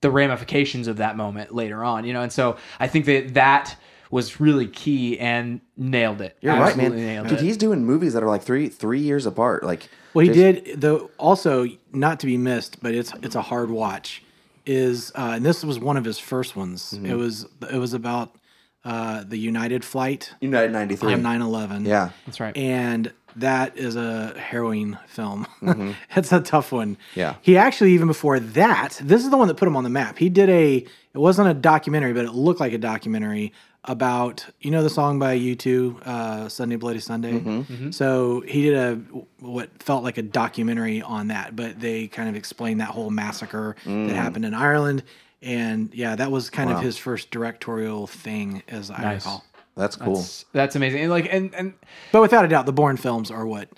the ramifications of that moment later on, you know. And so I think that that was really key and nailed it. You're right, Absolutely man. nailed Dude, it. he's doing movies that are like three three years apart. Like, Well, he Jason- did though. Also, not to be missed, but it's it's a hard watch. Is uh, and this was one of his first ones. Mm-hmm. It was it was about uh, the United flight United ninety three. on 9-11. Yeah, That's right. and that is a harrowing film. <laughs> it's a tough one. Mm-hmm. Yeah. He actually even before that, this is the one that put him on the map. He did a it wasn't a documentary, but it looked like a documentary about you know the song by U2, uh, Sunday Bloody Sunday. Mm-hmm. Mm-hmm. So he did a what felt like a documentary on that, but they kind of explained that whole massacre Mm. that happened in Ireland. And yeah, that was kind of his first directorial thing, as I recall. that's cool. That's amazing. And like and and But without a doubt, the Bourne films are what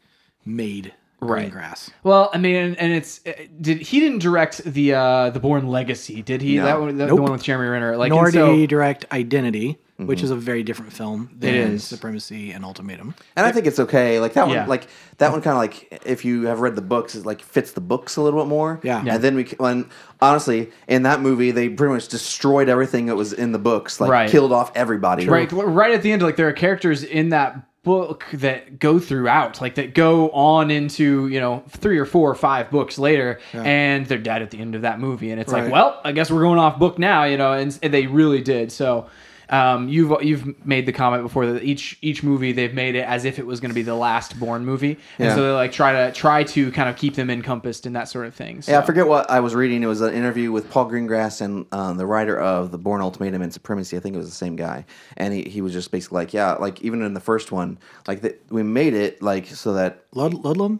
made Right. Greengrass. Well, I mean, and, and it's uh, did he didn't direct the uh the Born Legacy, did he? No. That one, the, the Nope. one with Jeremy Renner. Like, Nor and did so, Mm-hmm. he direct Identity, which is a very different film than is. Supremacy and Ultimatum. And I think it's okay. Like that one, Yeah. like that one, kind of like if you have read the books, it like fits the books a little bit more. Yeah. Yeah. And then we, c- when honestly, in that movie, they pretty much destroyed everything that was in the books. Like Right. killed off everybody. right right at the end like there are characters in that book that go throughout like that go on into you know three or four or five books later and they're dead at the end of that movie and it's Right. like well i guess we're going off book now you know and, s- and they really did so um, you've you've made the comment before that each each movie they've made it as if it was going to be the last born movie, and Yeah. so they like try to try to kind of keep them encompassed and that sort of thing. So. Yeah, I forget what I was reading. It was an interview with Paul Greengrass and um, the writer of The Born Ultimatum and Supremacy. I think it was the same guy, and he, he was just basically like, yeah, like even in the first one, like that we made it like so that Lud- Ludlum?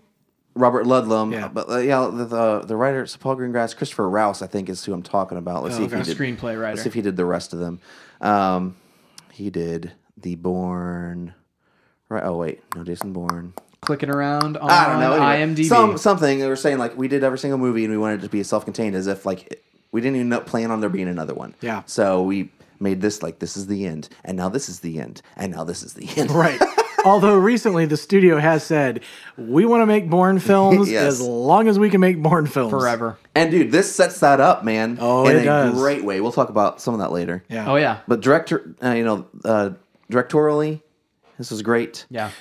Robert Ludlum, Yeah. but uh, yeah, the, the the writer it's Paul Greengrass, Christopher Rouse, I think is who I'm talking about. Oh, Let's see if he did Screenplay writer. Let's see if he did the rest of them. Um, he did the Born. Right. Oh wait, no, Jason Bourne. Clicking around on I don't know. Anyway, IMDb. Some something they were saying like we did every single movie and we wanted it to be self-contained, as if like it- We didn't even know, plan on there being another one. Yeah. So we made this like this is the end, and now this is the end, and now this is the end. Right. <laughs> Although recently the studio has said we want to <laughs> make Bourne films Yes. as long as we can make Bourne films forever. And dude, this sets that up, man. Oh, in it a does. great way. We'll talk about some of that later. Yeah. Oh yeah, But director, uh, you know, uh, directorially, this was great. yeah.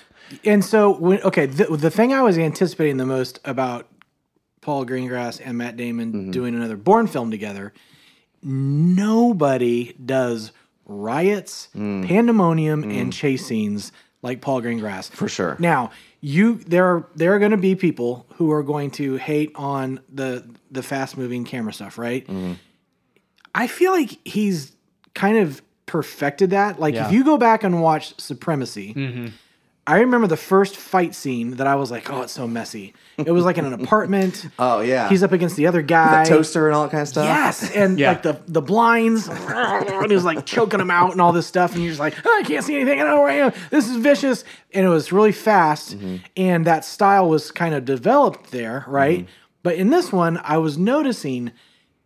And so when okay, the, the thing I was anticipating the most about Paul Greengrass and Matt Damon Mm-hmm. doing another Bourne film together, nobody does riots, Mm. pandemonium, and chase scenes like Paul Greengrass. For sure. Now, you there are there are going to be people who are going to hate on the the fast moving camera stuff, right? Mm-hmm. I feel like he's kind of perfected that. Like Yeah. if you go back and watch Supremacy, I remember the first fight scene that I was like, "Oh, it's so messy." It was like in an apartment. Oh yeah. He's up against the other guy. toaster and all that kind of stuff. Yes, and Yeah. like the the blinds, <laughs> and he was like choking him out and all this stuff, and you're just like, "Oh, I can't see anything. I don't know where I am. This is vicious, and it was really fast, Mm-hmm. and that style was kind of developed there, right? Mm-hmm. But in this one, I was noticing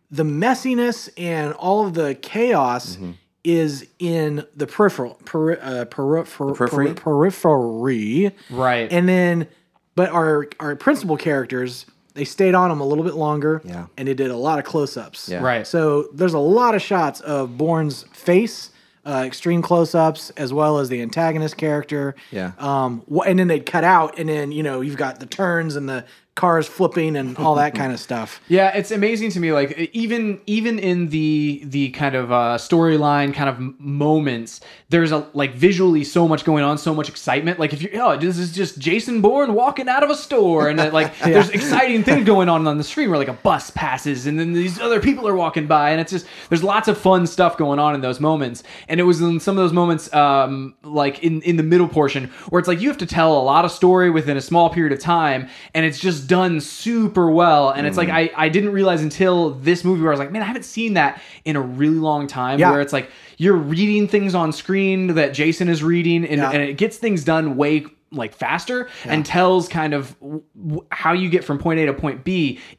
the messiness and all of the chaos Mm-hmm. is in the peripheral, peri- uh, peri- per- periphery? peri- periphery, Right. And then, but our our principal characters. They stayed on him a little bit longer, Yeah. and they did a lot of close-ups. Yeah. Right. So there's a lot of shots of Bourne's face, uh, extreme close-ups, as well as the antagonist character. Yeah. Um, wh- and then they'd cut out, and then you know you've got the turns and the cars flipping and all that <laughs> kind of stuff. Yeah, it's amazing to me. Like e, even even in the the kind of uh, storyline kind of m- moments, there's a like visually so much going on, so much excitement. Like if you oh this is just Jason Bourne walking out of a store, and uh, like there's exciting things going on on the screen where like a bus passes, and then these other people are walking by, and it's just there's lots of fun stuff going on in those moments. And it was in some of those moments, um, like in in the middle portion where it's like you have to tell a lot of story within a small period of time, and it's just done super well. And it's like I I didn't realize until this movie where I was like, man, I haven't seen that in a really long time. Yeah. Where it's like you're reading things on screen that Jason is reading, and, Yeah. and it gets things done way like faster and tells kind of w- w- how you get from point A to point B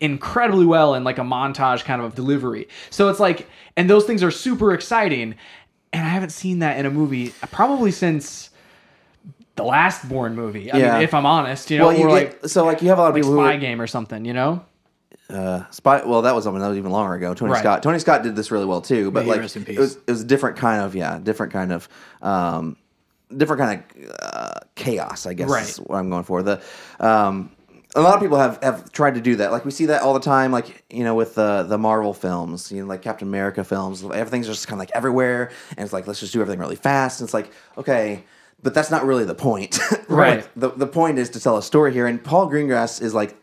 incredibly well in like a montage kind of delivery. So it's like, and those things are super exciting. And I haven't seen that in a movie probably since the last Born movie. I Yeah. mean, if I'm honest, you know, Well, you or get, so like you have a lot of like people who Spy are, Game or something, you know? spy. Well, that was I mean, that was even longer ago. Tony Right. Scott. Tony Scott did this really well too. But he like rest in it peace. was it was a different kind of yeah, different kind of um, different kind of uh, chaos. I guess Right. is what I'm going for. The um, a lot of people have, have tried to do that. Like we see that all the time. Like you know with the the Marvel films, you know like Captain America films. Everything's just kind of like everywhere, and it's like let's just do everything really fast. And it's like okay. But that's not really the point, <laughs> Right. Like, the the point is to tell a story here, and Paul Greengrass is like,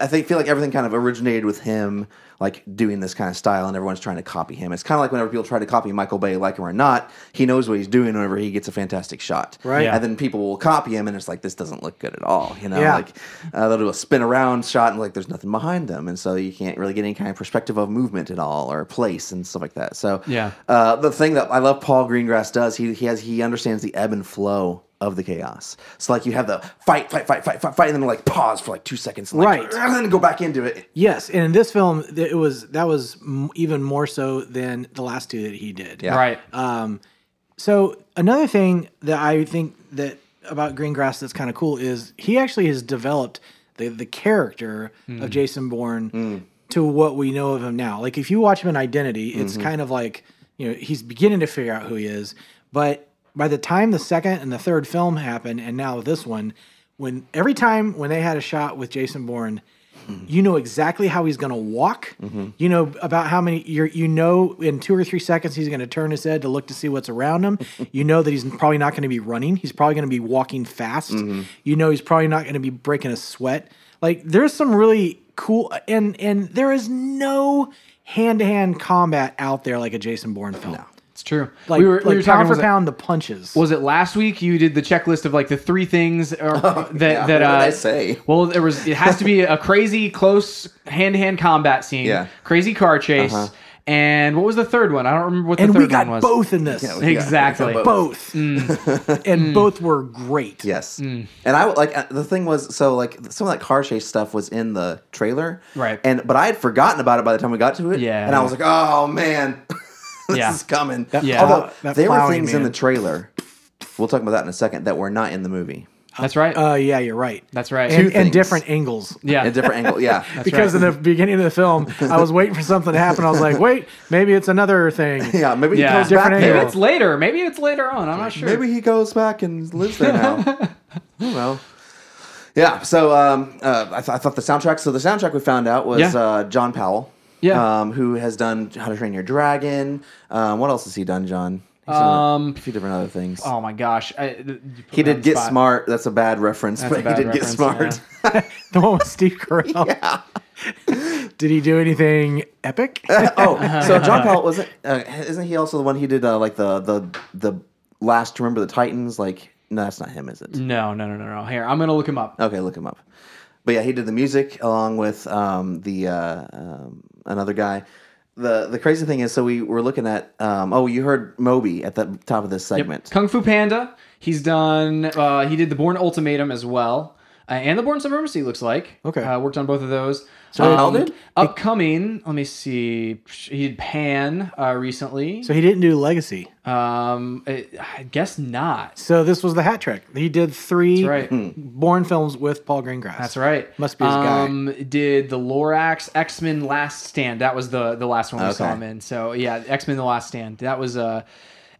I think feel like everything kind of originated with him, like doing this kind of style, and everyone's trying to copy him. It's kind of like whenever people try to copy Michael Bay, like him or not, he knows what he's doing. Whenever he gets a fantastic shot, Right. Yeah. and then people will copy him, and it's like this doesn't look good at all. You know, Yeah. like uh, they'll do a spin around shot, and like there's nothing behind them, and so you can't really get any kind of perspective of movement at all or place and stuff like that. So Yeah. uh, the thing that I love Paul Greengrass does, he he has he understands the ebb and flow of the chaos. So like you have the fight, fight, fight, fight, fight, fight, and then like pause for like two seconds, and, like, Right. and then go back into it. Yes, and in this film, th- it was that was m- even more so than the last two that he did. Yeah. Uh, Right. So another thing that I think that about Greengrass that's kind of cool is he actually has developed the the character of Jason Bourne to what we know of him now. Like if you watch him in Identity, it's kind of like you know he's beginning to figure out who he is, but by the time the second and the third film happened, and now this one, when every time when they had a shot with Jason Bourne, you know exactly how he's going to walk. You know about how many you're, you know in two or three seconds he's going to turn his head to look to see what's <laughs> around him. you know that he's probably not going to be running. He's probably going to be walking fast. Mm-hmm. You know he's probably not going to be breaking a sweat. Like there's some really cool and and there is no hand to hand combat out there like a Jason Bourne film. it's true. Like, like pound for was it- pound, the punches. was it last week you did the checklist of like the three <laughs> things or that Oh, yeah. What that did uh, I say? Well, there was it has to be a crazy close hand to hand combat scene, Yeah. Uh-huh. crazy car chase, And what was the third one? I don't remember what the and third we got one was. both in this. Yeah, we- Exactly. Yeah, both. Mm. <laughs> and both were great. Yes. And I like uh, the thing was so like some of that car chase stuff was in the trailer. Right. And but I had forgotten about it by the time we got to it. Yeah. And I was like, oh man, <laughs> this Yeah. is coming. Yeah. Although that there were plowing, things in man. the trailer. We'll talk about that in a second that were not in the movie. That's right. Uh, yeah, you're right. That's right. And, Two and things. different angles. yeah. A different angle. <laughs> Yeah. <laughs> because in the beginning of the film, I was waiting for something to happen. I was like, wait, maybe it's another thing. <laughs> yeah. Maybe he Yeah. goes Different back angle. Maybe there. it's later. Maybe it's later on. I'm not sure. Maybe he goes back and lives there <laughs> now. I don't know. Yeah, so um, uh, I, th- I thought the soundtrack. So the soundtrack we found out was Yeah. uh, John Powell, Yeah. um, who has done How to Train Your Dragon. Um, what else has he done, John? He's done Um, a few different other things. oh my gosh. I, th- you put he me did on the Get spot. Smart. That's a bad reference, That's a but bad he did Get reference, Smart. The one with Steve <laughs> Carell. <laughs> Did he do anything <laughs> epic? oh, so John Powell wasn't? Uh, isn't he also the one he did uh, like the the the last to Remember the Titans? Like, no, that's not him, is it? No, no, no, no, no. Here, I'm gonna look him up. Okay, look him up. But yeah, he did the music along with um, the uh, um, another guy. The the crazy thing is, so we were looking at. Um, oh, you heard Moby at the top of this segment. Kung Fu Panda. He's done. Uh, he did the Born Ultimatum as well, uh, and the Born Supremacy looks like. Okay. uh, worked on both of those. Um, So how did- upcoming? Let me see. He did Pan uh, recently. So he didn't do Legacy. um, I I guess not. So this was the hat trick. He did three That's right. Hmm. Bourne films with Paul Greengrass. That's right. Must be his guy. guy. Did the Lorax X Men Last Stand? That was the the last one we saw Okay. him in. So yeah, X Men: The Last Stand. That was uh,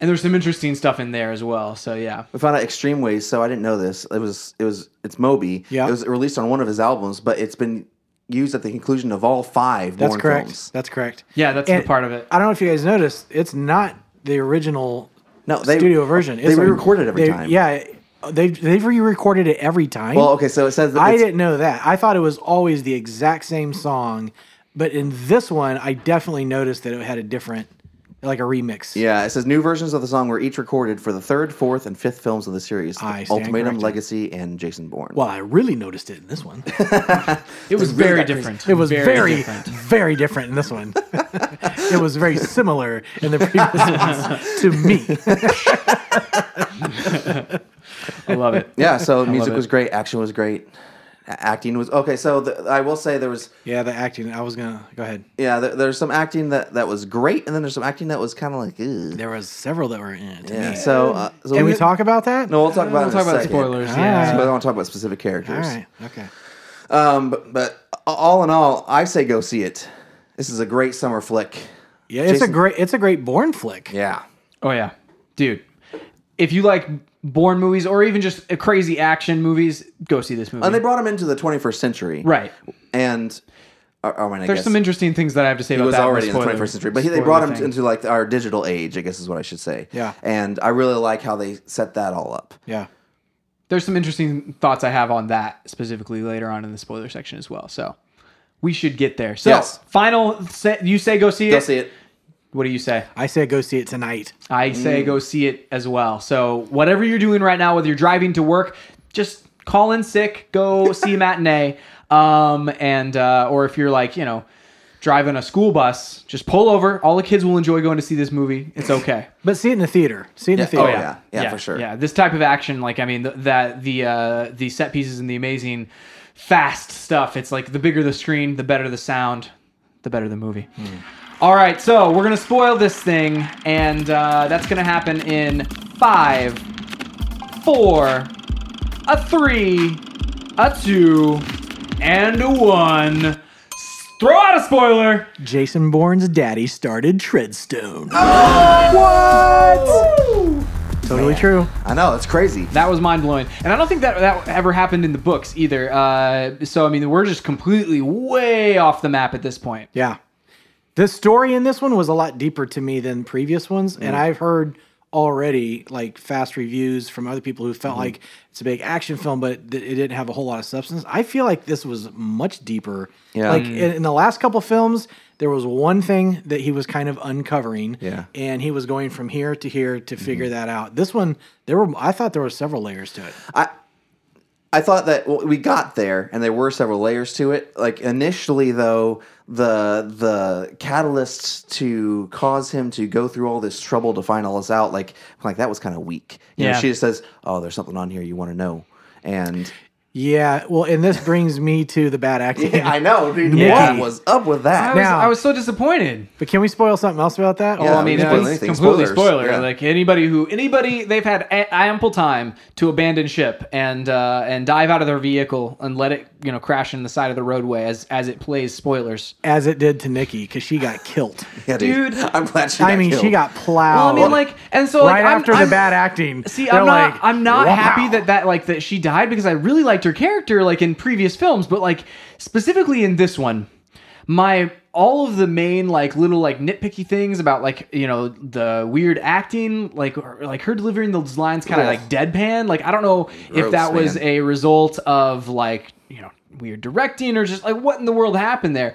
and there's some interesting stuff in there as well. So yeah. We found out Extreme Ways, so I didn't know this. It was it was it's Moby. Yeah. it was released on one of his albums, but it's been used at the conclusion of all five. That's Bourne correct. Films. That's correct. Yeah, that's And the part of it. I don't know if you guys noticed, it's not the original No, they, studio version. They It's a- re-recorded every they- time. Yeah, they've they've re-recorded it every time. Well, okay, so it says that I it's- didn't know that. I thought it was always the exact same song, but in this one, I definitely noticed that it had a different, like a remix. Yeah, it says new versions of the song were each recorded for the third, fourth, and fifth films of the series: I stand Ultimatum, corrected. Legacy, and Jason Bourne. Well, I really noticed it in <laughs> this one. It really was very got crazy. different. It was very, different. very different in this one. <laughs> it was very similar in <laughs> the previous ones to me. <laughs> I love it. Yeah, so music it. was great, action was great, a- acting was okay. So the, I will say there was Yeah, the acting. I was gonna go ahead. yeah, there, there's some acting that that was great, and then there's some acting that was kind of like Ugh. There was several that were in it. to yeah. me. So, uh, so Can we talk about that? No, we'll talk about it uh, We'll in talk a about second. spoilers. All Yeah. right. But I want to talk about specific All characters. right. Okay. Um, but, but all in all, I say go see it. This is a great summer flick. Yeah, it's Jason- a great. It's a great born flick. Yeah. Oh yeah, dude. If you like born movies or even just crazy action movies, go see this movie. And they brought him into the 21st century. right. And or, or, I mean, I There's guess some interesting things that I have to say He about was that. already in the spoiler- 21st century, but he, they spoiler brought him thing. into like our digital age, I guess is what I should say. Yeah. And I really like how they set that all up. Yeah. There's some interesting thoughts I have on that specifically later on in the spoiler section as well. So we should get there. So Yes. final, say, you say go see Go it. see it. What do you say? I say go see it tonight. I say go see it as well. So whatever you're doing right now, whether you're driving to work, just call in sick, go see a matinee, um, and uh, or if you're like you know driving a school bus, just pull over. All the kids will enjoy going to see this movie. It's okay. But see it in the theater. See it in the Yeah. theater. Oh, yeah. for sure. Yeah, this type of action, like I mean, th- that the uh, the set pieces and the amazing fast stuff. It's like the bigger the screen, the better the sound, the better the movie. Hmm. All right, so we're gonna spoil this thing, and uh, that's gonna happen in five, four, a three, a two, and a one. Throw out a spoiler. Jason Bourne's daddy started Treadstone. Oh, what? Totally true. I know it's crazy. That was mind blowing, and I don't think that that ever happened in the books either. Uh, so I mean, we're just completely way off the map at this point. Yeah. The story in this one was a lot deeper to me than previous ones. And Mm. I've heard already like fast reviews from other people who felt Mm-hmm. like it's a big action film, but th- it didn't have a whole lot of substance. I feel like this was much deeper. Yeah. Mm. Like in, in the last couple films, there was one thing that he was kind of uncovering. Yeah. Mm-hmm. And he was going from here to here to figure that out. This one, there were, I thought there were several layers to it. I I thought that well, we got there, and there were several layers to it. Like initially, though, the the catalyst to cause him to go through all this trouble to find all this out, like like that was kind of weak. You know, Yeah. she just says, "Oh, there's something on here you want to know," and <laughs> Yeah. Well, and this brings me to the bad acting. I know, dude, Yeah. what was up with I that? was, Now- I was so disappointed. But can we spoil something else about that? Yeah, I mean, we it's spoil anything. completely Spoilers. spoiler. Yeah. Like anybody who anybody they've had a- ample time to abandon ship and uh, and dive out of their vehicle and let it you know crash in the side of the roadway as as it plays spoilers. As it did to Nikki, because she got killed. Yeah, dude. I'm glad she. Got I mean, she killed. got Well, I plowed. mean, like, and so like, right I'm- after I'm- the bad acting. See, they're I'm not. like, I'm not "Wow." happy that that like that she died because I really liked her character, like in previous films, but like specifically in this one, my all of the main like little like nitpicky things about like you know the weird acting, like or, like her delivering those lines kind of Ugh. like deadpan. Like I don't know if Gross, that was man. a result of like you know weird directing or just like what in the world happened there,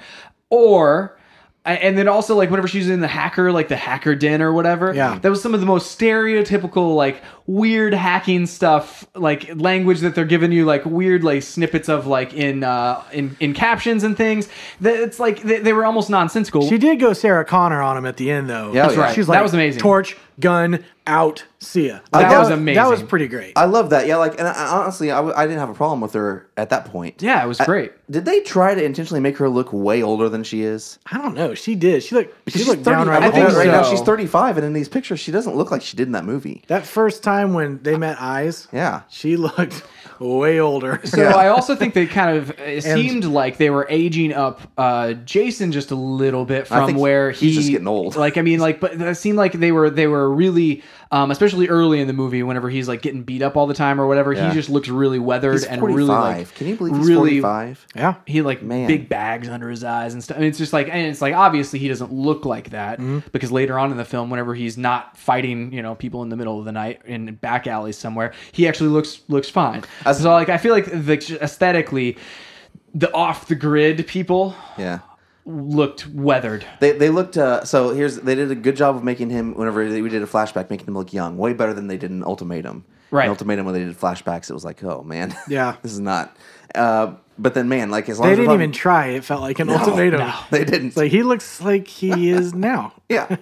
or. I- And then also like whenever she's in the hacker, like the hacker den or whatever, Yeah. that was some of the most stereotypical, like weird hacking stuff, like language that they're giving you, like weird like snippets of like in uh, in in captions and things. That it's like they, they were almost nonsensical. She did go Sarah Connor on him at the end, though. Yeah, That's yeah. right. She's That like, was amazing. Torch, gun, out, see ya. that, that- was that amazing. That was pretty great. I love that. Yeah, like, and I, honestly, I, w- I didn't have a problem with her at that point. Yeah, it was I- great. did they try to intentionally make her look way older than she is? I don't know. She did. She looked. She She's looked 30 downright I think old right now so. she's 35, and in these pictures, she doesn't look like she did in that movie. That first time when they met eyes, Yeah. she looked way older. So Yeah. I also think they kind of it seemed like they were aging up uh, Jason just a little bit I from think where he, he's just getting old. Like I mean, like but it seemed like they were they were really, um, especially early in the movie, whenever he's like getting beat up all the time or whatever, Yeah. he just looks really weathered He's and 45. really like Can you believe he's really 45? <laughs> yeah, he had, like Man. big bags under his eyes and stuff. And it's just like, and it's like obviously he doesn't look like that because later on in the film, whenever he's not fighting, you know, people in the middle of the night in back alleys somewhere, he actually looks looks fine. so like, I feel like the aesthetically, the off the grid people Yeah. looked weathered. They, they looked uh, so here's they did a good job of making him whenever they- we did a flashback making him look young way better than they did in ultimatum Right. in ultimatum when they did flashbacks it was like oh man Yeah. <laughs> this is not uh, but then man like as long they as we're didn't talking- even try. It felt like an ultimatum. no. <laughs> they didn't It's like he looks like he is now. Yeah.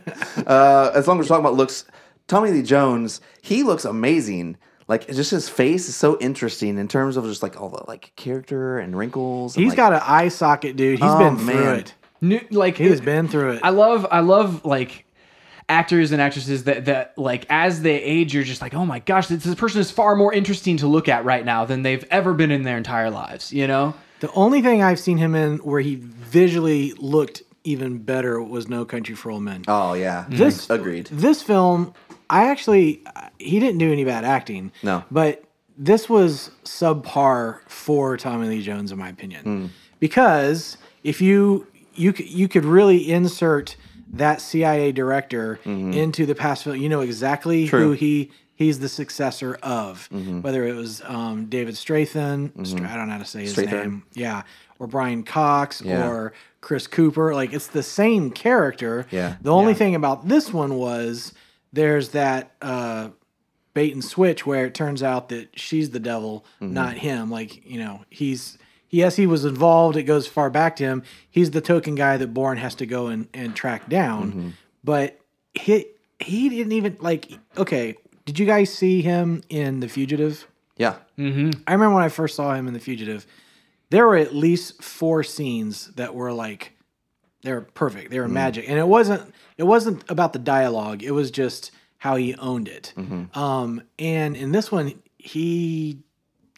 Uh, as long as we're talking about looks, Tommy Lee Jones, he looks amazing. Like just his face is so interesting in terms of just like all the like character and wrinkles. And, He's like, got an eye socket, dude. He's Oh, been through man. it. New, like He has been through it. I love I love like actors and actresses that that like as they age you're just like oh my gosh this, this person is far more interesting to look at right now than they've ever been in their entire lives you know the only thing I've seen him in where he visually looked even better was No Country for Old Men. Oh yeah. Mm-hmm. This agreed. This film, I actually he didn't do any bad acting. No. but this was subpar for Tommy Lee Jones, in my opinion, Hmm. because if you you c- you could really insert that CIA director Mm-hmm. into the past film, you know exactly who he. He's the successor of Mm-hmm. whether it was um, David Strathan, Stra- I don't know how to say his Strathairn. name, yeah, or Brian Cox, Yeah. or Chris Cooper. Like it's the same character. Yeah. The only thing about this one was there's that uh, bait and switch where it turns out that she's the devil, Mm-hmm. not him. Like you know, he's yes, he was involved. It goes far back to him. He's the token guy that Bourne has to go and and track down. Mm-hmm. But he he didn't even like. Okay, did you guys see him in The Fugitive? Yeah. I remember when I first saw him in The Fugitive, there were at least four scenes that were like they were perfect. They were magic. And it wasn't it wasn't about the dialogue. It was just how he owned it. Um and in this one he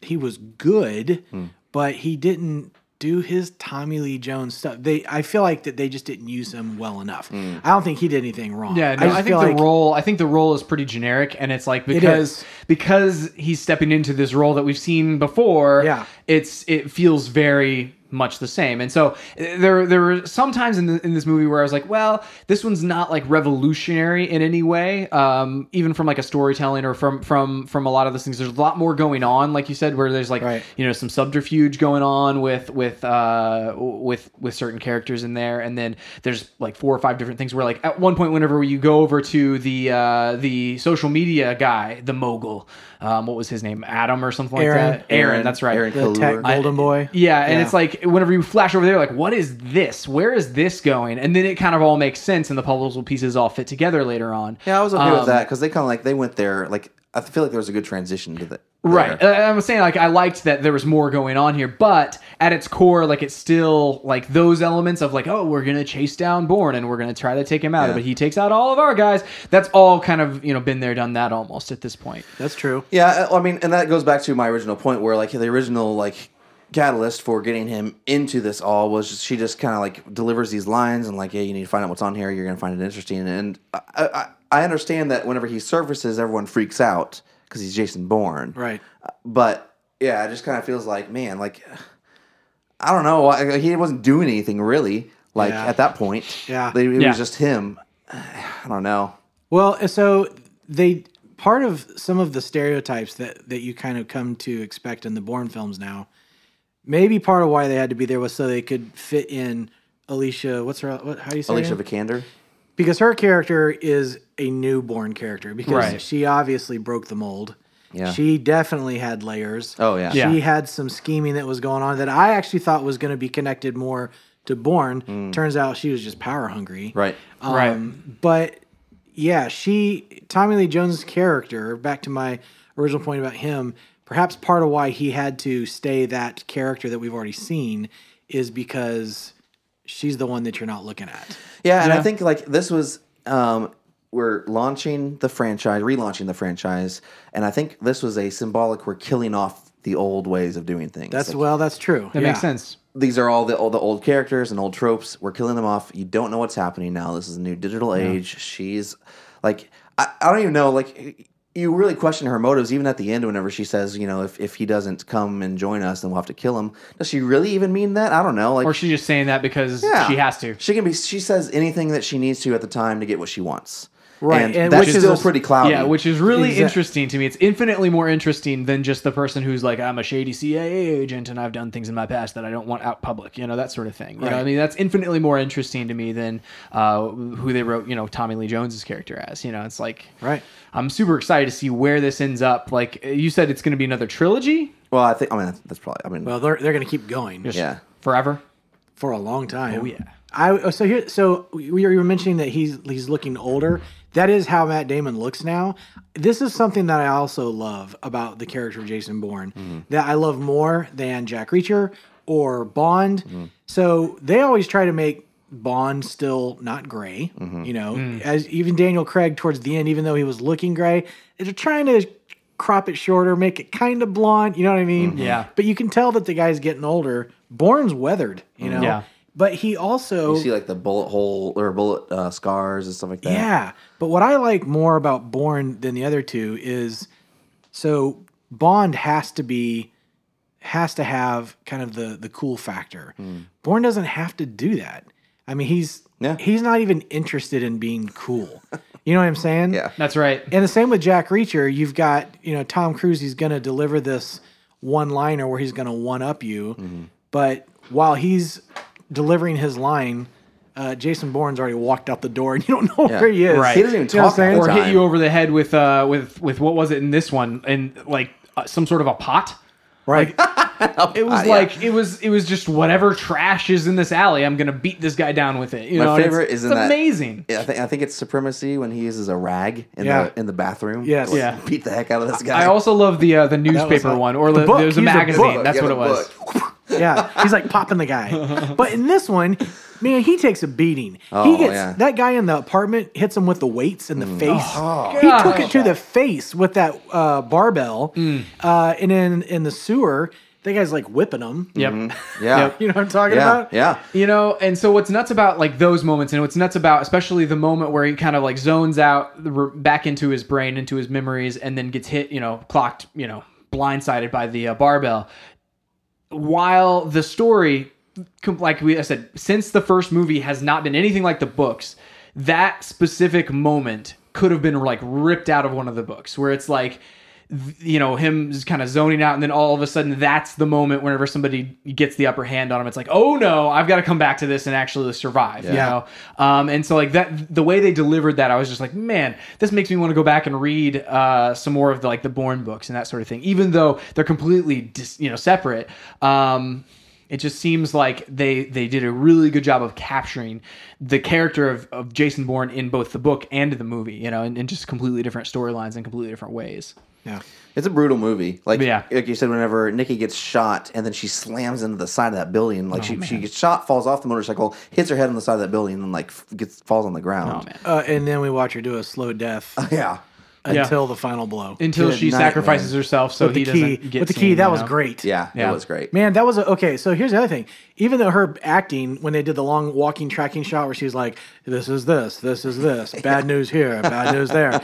he was good, but he didn't do his Tommy Lee Jones stuff. They I feel like that they just didn't use him well enough. I don't think he did anything wrong. Yeah, no, just I, think feel the like- role. I think the role is pretty generic, and it's like because is. because he's stepping into this role that we've seen before. Yeah. it's it feels very much the same. And so eh, there there were sometimes in, the, in this movie where I was like, well, this one's not like revolutionary in any way, um, even from like a storytelling or from from from a lot of those things. There's a lot more going on, like you said, where there's like Right. you know some subterfuge going on with with uh with with certain characters in there and then there's like four or five different things where like at one point whenever you go over to the uh the social media guy the mogul um what was his name adam or something Aaron. like that aaron, that's right Aaron The tech Kalur. golden boy. yeah, and it's like whenever you flash over there, like, what is this? Where is this going? And then it kind of all makes sense, and the puzzle pieces all fit together later on. Yeah, I was okay Um, with that because they kind of like they went there. Like I feel like there was a good transition to that. Right. Uh, I'm saying like I liked that there was more going on here, but at its core, like it's still like those elements of like, oh, we're gonna chase down Bourne and we're gonna try to take him out, Yeah. but he takes out all of our guys. That's all kind of you know been there, done that almost at this point. That's true. Yeah, I I mean, and that goes back to my original point where like the original like catalyst for getting him into this all was just, she just kind of like delivers these lines and like, hey, you need to find out what's on here. You're gonna find it interesting. And I I, I understand that whenever he surfaces, everyone freaks out because he's Jason Bourne. Right. But yeah, it just kind of feels like man, like I don't know, I, he wasn't doing anything really. Like Yeah. at that point, Yeah. it, it Yeah. was just him. <sighs> I don't know. Well, and so they part of some of the stereotypes that that you kind of come to expect in the Bourne films now. Maybe part of why they had to be there was so they could fit in Alicia. What's her? What, how do you say? her Alicia name? Vikander. because her character is a newborn character because Right. she obviously broke the mold. Yeah. She definitely had layers. Oh yeah. Yeah. She had some scheming that was going on that I actually thought was going to be connected more to Bourne. Turns out she was just power hungry. Mm. Right. Um, But yeah, she Tommy Lee Jones' character. Back to my original point about him. Perhaps part of why he had to stay that character that we've already seen is because she's the one that you're not looking at. Yeah, and I think like this was um, we're launching the franchise, relaunching the franchise, and I think this was a symbolic. We're killing off the old ways of doing things. That's Like, well, that's true. That Yeah. makes sense. these are all the all the old characters and old tropes. We're killing them off. You don't know what's happening now. This is a new digital age. She's like I, I don't even know like. You really question her motives, even at the end. Whenever she says, "You know, if, if he doesn't come and join us, then we'll have to kill him." Does she really even mean that? I don't know. Like, Or she's just saying that because Yeah. she has to. She can be. She says anything that she needs to at the time to get what she wants. Right, and, and that's which is still a- pretty cloudy. Yeah, which is really Exact- interesting to me. It's infinitely more interesting than just the person who's like, I'm a shady CIA agent and I've done things in my past that I don't want out public, you know, that sort of thing. You know, Right. what I mean, that's infinitely more interesting to me than uh, who they wrote, you know, Tommy Lee Jones's character as. You know, it's like, Right. I'm super excited to see where this ends up. Like you said, it's going to be another trilogy well, I think. I mean, that's probably. I mean, Well, they're they're going to keep going yeah. forever. for a long time. Oh, yeah. I so here so we were, you were mentioning that he's he's looking older. That is how Matt Damon looks now. This is something that I also love about the character of Jason Bourne Mm-hmm. that I love more than Jack Reacher or Bond. Mm-hmm. So they always try to make Bond still not gray. Mm-hmm. You know, as even Daniel Craig towards the end, even though he was looking gray, they're trying to crop it shorter, make it kind of blonde. You know what I mean? Yeah. But you can tell that the guy's getting older. Bourne's weathered. You know. Yeah. But he also You see like the bullet hole or bullet uh, scars and stuff like that. yeah. But what I like more about Bourne than the other two is so Bond has to be has to have kind of the the cool factor. Bourne doesn't have to do that. I mean, he's Hmm. Yeah. he's not even interested in being cool. you know what I'm saying? <laughs> Yeah. That's right. And the same with Jack Reacher. You've got, you know, Tom Cruise, he's going to deliver this one liner where he's going to one up you. Mm-hmm. But while he's delivering his line, uh, Jason Bourne's already walked out the door and you don't <laughs> know Yeah. where he is. Right. He doesn't even You know what talk. I'm half the saying? or hit time. you over the head with uh with with what was it in this one and like uh, some sort of a pot Right. it was Uh, yeah. like it was it was just whatever trash is in this alley i'm gonna beat this guy down with it you My know and it's- favorite it's, is in that- amazing Yeah, I think I think it's supremacy when he uses a rag in Yeah. the in the bathroom. Yes. Like, Yeah. Beat the heck out of this guy. <laughs> i also love the uh the newspaper a- one or the the, book. there was a He's a magazine book. that's Yeah, what the it was book. <laughs> <laughs> yeah. He's like popping the guy. But in this one, man, he takes a beating. he Oh, gets yeah. Mm. that guy in the apartment hits him with the weights in the face. Oh, he God. took it to the face with that uh, barbell. Mm. Uh, and then in the sewer, that guy's like whipping him. yep Yeah. <laughs> You know what I'm talking yeah. about? Yeah. You know, and so what's nuts about like those moments, and what's nuts about especially the moment where he kind of like zones out the re- back into his brain, into his memories, and then gets hit, you know, clocked, you know, blindsided by the uh, barbell. while the story, com- like we I said, since the first movie has not been anything like the books, that specific moment could have been like ripped out of one of the books, where it's like, th- you know, him kind of zoning out, and then all of a sudden, that's the moment whenever somebody gets the upper hand on him. It's like, oh no, I've got to come back to this and actually survive. You Yeah. know, um, and so like that, the way they delivered that, I was just like, man, this makes me want to go back and read uh, some more of the like the Bourne books and that sort of thing. Even though they're completely dis- you know separate, um, it just seems like they they did a really good job of capturing the character of, of Jason Bourne in both the book and the movie. You know, and, and just completely different storylines and completely different ways. Yeah. It's a brutal movie. Like, Yeah. like you said, whenever Nikki gets shot and then she slams into the side of that building, Oh, like she, she gets shot, falls off the motorcycle, hits her head on the side of that building, and then like f- gets falls on the ground. Oh man. Uh, and then we watch her do a slow death <laughs> Yeah. Yeah. until the final blow. Until Good she night, sacrifices man. herself so with he the key, doesn't get with the seen, key, you that was know? great. Yeah. Yeah. It was great. Man, that was a, okay. So here's the other thing. Even though her acting, when they did the long walking tracking shot where she's like, "This is this, this <laughs> is this, bad news here, bad news there,"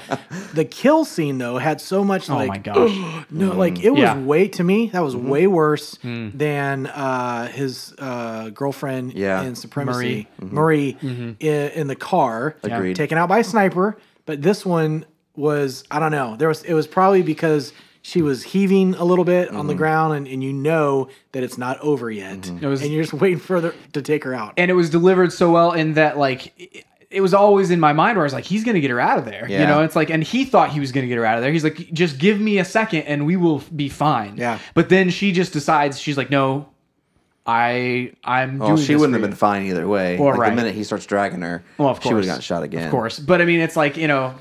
the kill scene though had so much Oh like, my gosh. <gasps> no, Mm. like it was Yeah. way to me that was Mm-hmm. way worse Hmm. than uh, his uh, girlfriend Yeah. Mm-hmm. in Supremacy, Marie, Mm-hmm. i- in, the car, Agreed. taken out by a sniper. But this one was I don't know. There was it was probably because she was heaving a little bit Mm-hmm. on the ground, and, and you know that it's not over yet, was- and you're just waiting for the, to take her out. and it was delivered so well in that like it- it was always in my mind where I was like, he's gonna get her out of there. You Yeah. know, it's like, and he thought he was gonna get her out of there. He's like, just give me a second and we will be fine. Yeah. But then she just decides she's like, no, I I'm Well, doing. Oh, she this wouldn't for have you." been fine either way. Well, like right. the minute he starts dragging her, Well, of course, she would have got shot again. Of course, but I mean, it's like you know,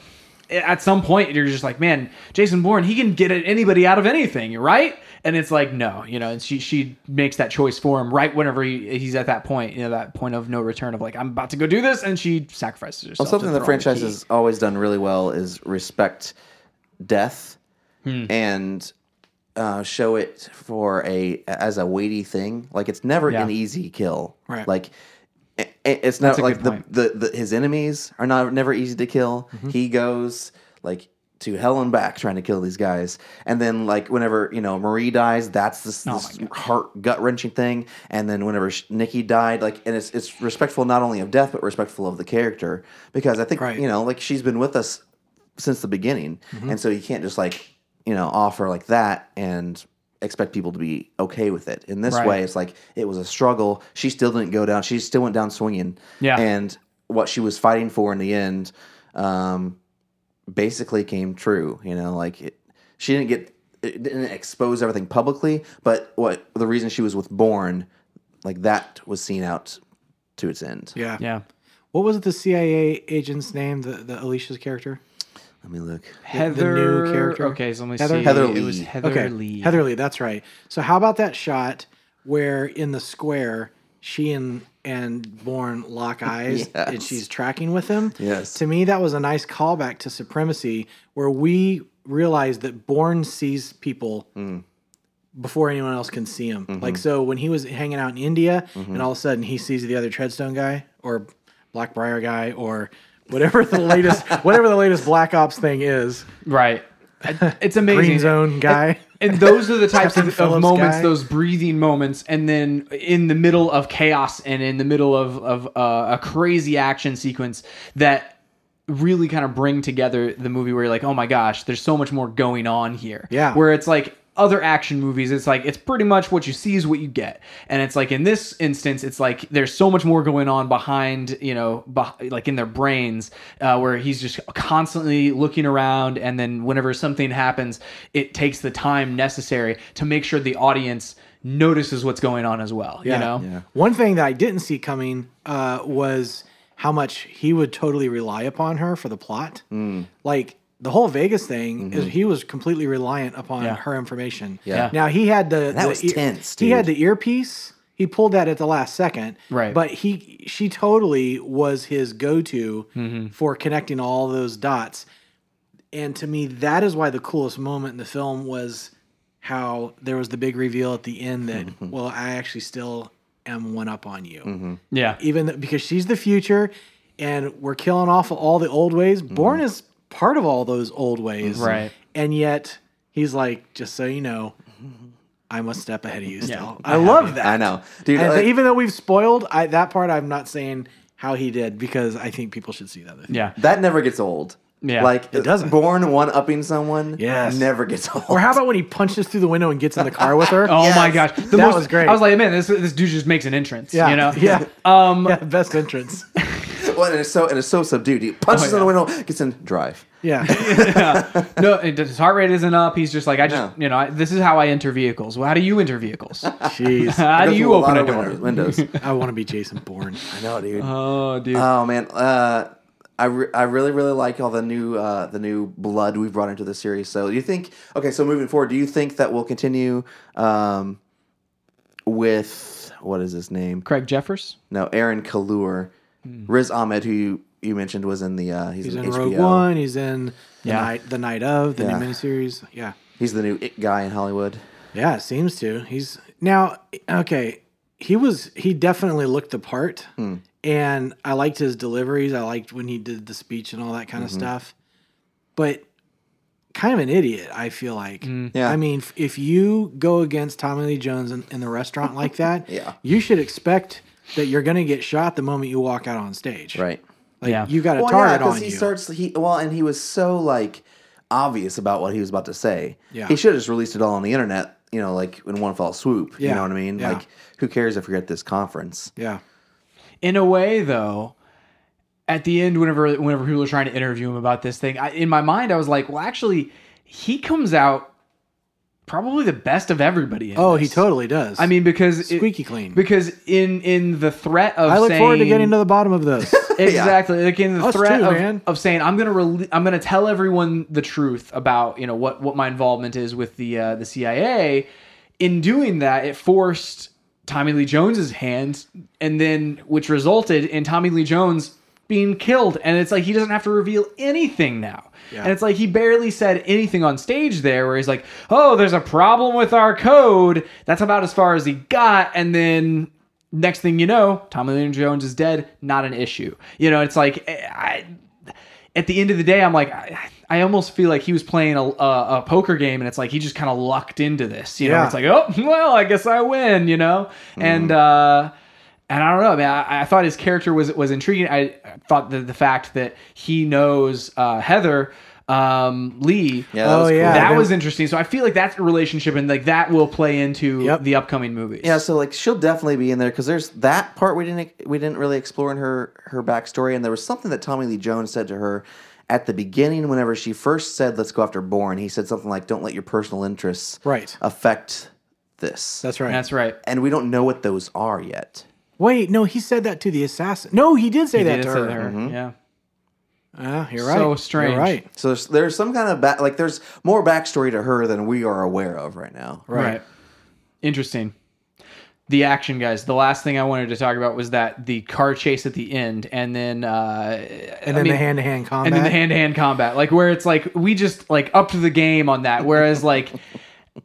at some point you're just like, man, Jason Bourne, he can get at anybody out of anything, right? And it's like, no, you know, and she she makes that choice for him right whenever he, he's at that point, you know, that point of no return of like, I'm about to go do this, and she sacrifices herself. Well, something to the throw him franchise key. has always done really well is respect death Hmm. and uh, show it for a as a weighty thing. Like it's never Yeah. an easy kill. Right. Like i- i- it's not a like good the, point. Mm-hmm. the the his enemies are not never easy to kill. He goes like to hell and back trying to kill these guys and then like whenever you know marie dies that's this, Oh this heart gut wrenching thing and then whenever sh- nikki died like and it's it's respectful not only of death but respectful of the character because i think Right. you know like she's been with us since the beginning Mm-hmm. and so you can't just like you know offer like that and expect people to be okay with it in this Right. way it's like it was a struggle she still didn't go down she still went down swinging Yeah. and what she was fighting for in the end um basically came true. You know, like it, she didn't get it didn't expose everything publicly, but what the reason she was with Born, like that was seen out to its end. Yeah. yeah, What was the CIA agent's name? The the Alicia's character, Let me look. Heather. new character? Okay, so let me Heather? see. Heather It was Lee. Heather okay, Lee. Heather Lee. That's right. So how about that shot where in the square she and and Bourne lock eyes and Yes. she's tracking with him? Yes. To me, that was a nice callback to Supremacy, where we realized that Bourne sees people. Before anyone else can see him, like so, when he was hanging out in India, and all of a sudden he sees the other Treadstone guy or Blackbriar guy or whatever the latest, whatever the latest Black Ops thing is, Right. It's amazing. Green Zone guy. and those are the types Captain of, of Phillips moments guy. those breathing moments and then in the middle of chaos and in the middle of, of uh, a crazy action sequence that really kind of bring together the movie where you're like oh my gosh there's so much more going on here Yeah. where it's like other action movies it's like it's pretty much what you see is what you get and it's like in this instance it's like there's so much more going on behind you know beh- like in their brains uh, where he's just constantly looking around and then whenever something happens it takes the time necessary to make sure the audience notices what's going on as well you know One thing that I didn't see coming uh, was how much he would totally rely upon her for the plot. Mm. Like the whole Vegas thing is he was completely reliant upon Yeah. her information. Mm-hmm. Yeah. Now he had the That the was ear- tense, He had dude. the earpiece. He pulled that at the last second. Right. But he she totally was his go-to for connecting all those dots. And to me, that is why the coolest moment in the film was how there was the big reveal at the end that, well, I actually still am one up on you. yeah Even th- because she's the future and we're killing off all the old ways. Born is part of all those old ways. Right. And yet he's like, just so you know, I'm a step ahead of you Yeah. still. I love that. I know, dude. And like- even though we've spoiled I, that part, I'm not saying how he did because I think people should see the other thing. Yeah. That never gets old. Yeah. like It doesn't. Born one upping someone, Yes. never gets old. Or how about when he punches through the window and gets in the car with her? Oh Yes. my gosh, the That most, was great. I was like, man, this this dude just makes an entrance. yeah, You know. yeah, <laughs> Um. yeah, best entrance. Well, and it's so and it's so subdued. He punches Oh, yeah. in the window, gets in drive. Yeah, <laughs> No, it- his heart rate isn't up. He's just like, I just, No. you know, I, this is how I enter vehicles. Well, how do you enter <laughs> vehicles? jeez, How Go do through you lot open a of door? window- Windows. <laughs> I want to be Jason Bourne. I know, dude. Oh, dude. oh man, uh, I re- I really really like all the new uh, the new blood we've brought into the series. So do you think? Okay, so moving forward, do you think that we'll continue um, with what is his name? Craig Jeffers. No, Aaron Kalur, Hmm. Riz Ahmed, who you, you mentioned was in the uh, he's, He's in, in HBO. Rogue One. He's in the Yeah. night, the night of the Yeah. new miniseries. Yeah, He's the new it guy in Hollywood. yeah, it seems to. He's now okay. He was. He definitely looked the part, Hmm. and I liked his deliveries. I liked when he did the speech and all that Mm-hmm. kind of stuff. But kind of an idiot, I feel like. Mm. Yeah. I mean, f- if you go against Tommy Lee Jones in, in the <laughs> restaurant like that, Yeah. you should expect that you're going to get shot the moment you walk out on stage. Right. Like Yeah. you got a Well, yeah, target because on he you. starts he well, and he was so like obvious about what he was about to say. Yeah. He should have just released it all on the internet, you know, like in one fell swoop. You Yeah. know what I mean? Yeah. Like, who cares if you're at this conference? yeah. In a way, though, at the end, whenever whenever people were trying to interview him about this thing, I, in my mind, I was like, well, actually, he comes out probably the best of everybody. in Oh, he this. totally does. I mean, because it- squeaky clean. because in in the threat of I look forward to saying- getting to the bottom <laughs> of this. Exactly. Like in the Us threat too, of, man. of saying I'm gonna rele- I'm gonna tell everyone the truth about you know what what my involvement is with the uh, the CIA. In doing that, it forced Tommy Lee Jones's hand, and then which resulted in Tommy Lee Jones being killed. And it's like he doesn't have to reveal anything now. Yeah. And it's like he barely said anything on stage there, where he's like, "Oh, there's a problem with our code." That's about as far as he got, and then next thing you know, Tommy Lee Jones is dead. Not an issue. You know, it's like eh, I, at the end of the day, I'm like, I, I almost feel like he was playing a, a, a poker game, and it's like he just kind of lucked into this. You know, Yeah. Mm-hmm. it's like, oh <laughs> well, I guess I win. You know, and. uh and I don't know, man. I, I thought his character was was intriguing. I thought that the fact that he knows uh, Heather um, Lee, Yeah, that Oh, was cool. yeah. that then- was interesting. So I feel like that's a relationship, and like that will play into Yep. the upcoming movies. Yeah, so like she'll definitely be in there because there's that part we didn't we didn't really explore in her her backstory, and there was something that Tommy Lee Jones said to her at the beginning whenever she first said, "Let's go after Bourne." He said something like, "Don't let your personal interests Right. affect this," That's right. that's right. and we don't know what those are yet. Wait, no, he said that to the assassin. No, he did say He that did to it her. Mm-hmm. Yeah. Ah, you're right. So You're strange. right. So there's, there's some kind of back, like there's more backstory to her than we are aware of right now. <laughs> Right. Interesting. The action guys. The last thing I wanted to talk about was that the car chase at the end, and then uh, And then the hand to hand combat. and then the hand to hand combat, like where it's like we just like upped the game on that. Whereas <laughs> like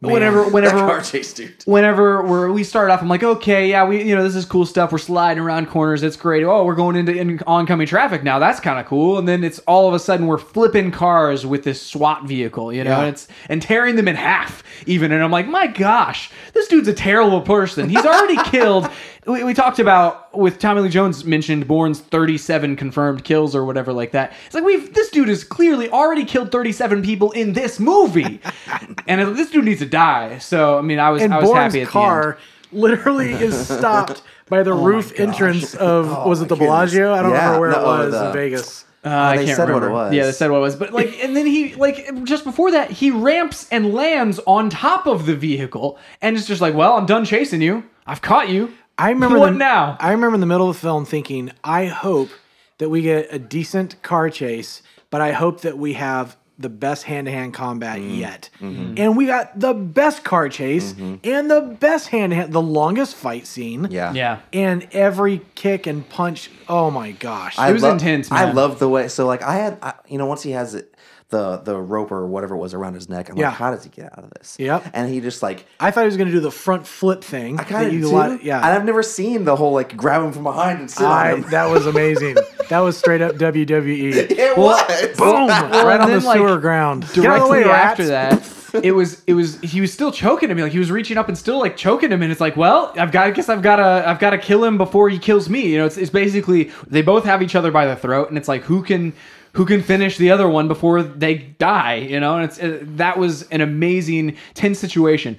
whenever whenever That car chase, dude. whenever we're, we start off, I'm like, okay, yeah, we, you know, this is cool stuff. We're sliding around corners. It's great. Oh, we're going into in, oncoming traffic now. That's kind of cool. And then it's all of a sudden we're flipping cars with this SWAT vehicle, you know, Yeah. and it's and tearing them in half even. And I'm like, my gosh, this dude's a terrible person. He's already killed. We, we talked about with Tommy Lee Jones mentioned Bourne's 37 confirmed kills or whatever like that. It's like we've this dude has clearly already killed 37 people in this movie, and this dude needs to die. So I mean, I was and I was Bourne's happy at the end. Oh car <laughs> literally is stopped by the roof entrance of was it the Oh goodness. Bellagio? I don't Yeah, remember where no, it was the- in Vegas. Uh, I they can't said what it remember. was. Yeah, they said what it was. But like, and then he like just before that, he ramps and lands on top of the vehicle, and it's just like, well, I'm done chasing you. I've caught you. I remember what the- now. I remember in the middle of the film thinking, I hope that we get a decent car chase, but I hope that we have the best hand-to-hand combat Mm-hmm. yet. And we got the best car chase and the best hand-to-hand, the longest fight scene. Yeah. yeah, And every kick and punch. Oh my gosh. I It was love- intense, I man. love the way. So like I had, I, you know, once he has it, the the rope or whatever it was around his neck, I'm Yeah. like, how does he get out of this? Yep. And he just like. I thought he was going to do the front flip thing. I kind that of you do, lot- yeah. and I've never seen the whole like grab him from behind and sit I, on him. <laughs> that was amazing. that was straight up WWE. it was <laughs> Boom! right and on <laughs> the then, like, sewer ground. Get out of the directly way, rats. after that it was it was he was still choking him like he was reaching up and still like choking him and it's like well i've got i guess i've got to i've got to kill him before he kills me you know it's, it's basically they both have each other by the throat and it's like who can who can finish the other one before they die you know and it's it, that was an amazing tense situation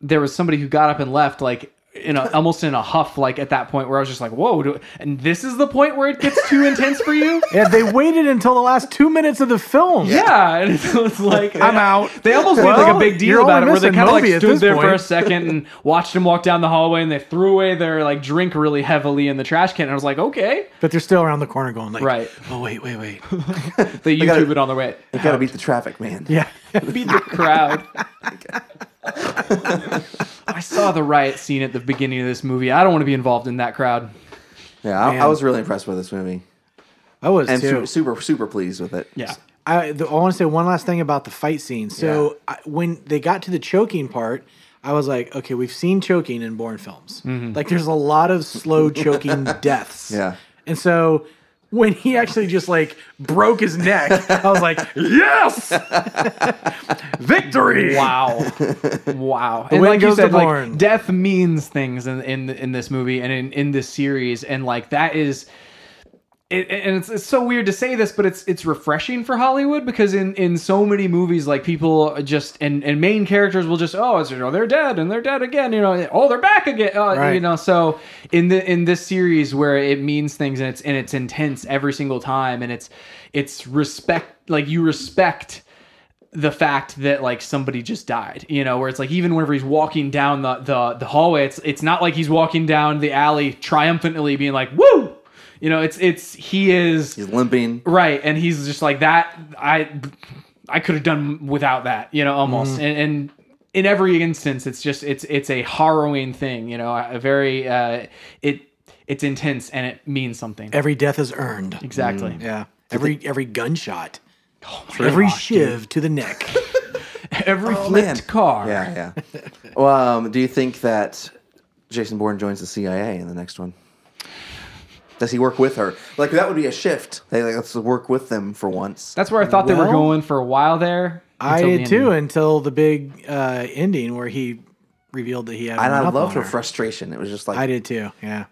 there was somebody who got up and left like in a, almost in a huff like at that point where i was just like whoa do, and this is the point where it gets too intense for you Yeah, they waited until the last two minutes of the film. yeah, and so it's like I'm out. They almost made like a Well, big deal you're about it, only where they missing kind of like Moby at stood this there for point. a second and watched him walk down the hallway, and they threw away their like drink really heavily in the trash can. And I was like, okay, But they're still around the corner going like, Right. oh, wait, wait, <laughs> wait. they YouTube gotta- it on the way. You gotta beat the traffic, man. Yeah. Beat the <laughs> crowd. I saw the riot scene at the beginning of this movie. I don't want to be involved in that crowd. Yeah, I, I Man. was really impressed with this movie, I was and too. su- super super pleased with it. Yeah, I, the, I want to say one last thing about the fight scene. So I, when they got to the choking part, I was like, okay, we've seen choking in Bourne films. Mm-hmm. Like there's a lot of slow choking deaths. Yeah. And so when he actually just like broke his neck, I was like, yes, <laughs> <laughs> victory. Wow. wow. and wind like you goes to said, like Bourne. death means things in, in in this movie and in, in this series. And like that is it, and it's, it's so weird to say this, but it's it's refreshing for Hollywood because in, in so many movies, like people just and, and main characters will just oh it's, you know they're dead and they're dead again you know oh they're back again uh, Right. you know so in the in this series where it means things and it's and it's intense every single time and it's it's respect like you respect the fact that like somebody just died, you know, where it's like even whenever he's walking down the the, the hallway, it's it's not like he's walking down the alley triumphantly being like woo, you know, it's it's he is He's limping. right, and he's just like that. I I could have done without that, you know, almost. And, and in every instance, it's just it's it's a harrowing thing, you know, a very uh, it it's intense and it means something Every death is earned. exactly. Oh Yeah. Every every gunshot. every shiv to <laughs> the neck. Every flipped Oh, Man. car, Yeah, yeah. well, um, do you think that Jason Bourne joins the CIA in the next one? Does he work with her? Like that would be a shift. They like, let's work with them for once. That's where I thought they were Well, going for a while there. I until the did too ending. until the big uh, ending where he revealed that he had. and I one up loved on her frustration. It was just like I did too. Yeah.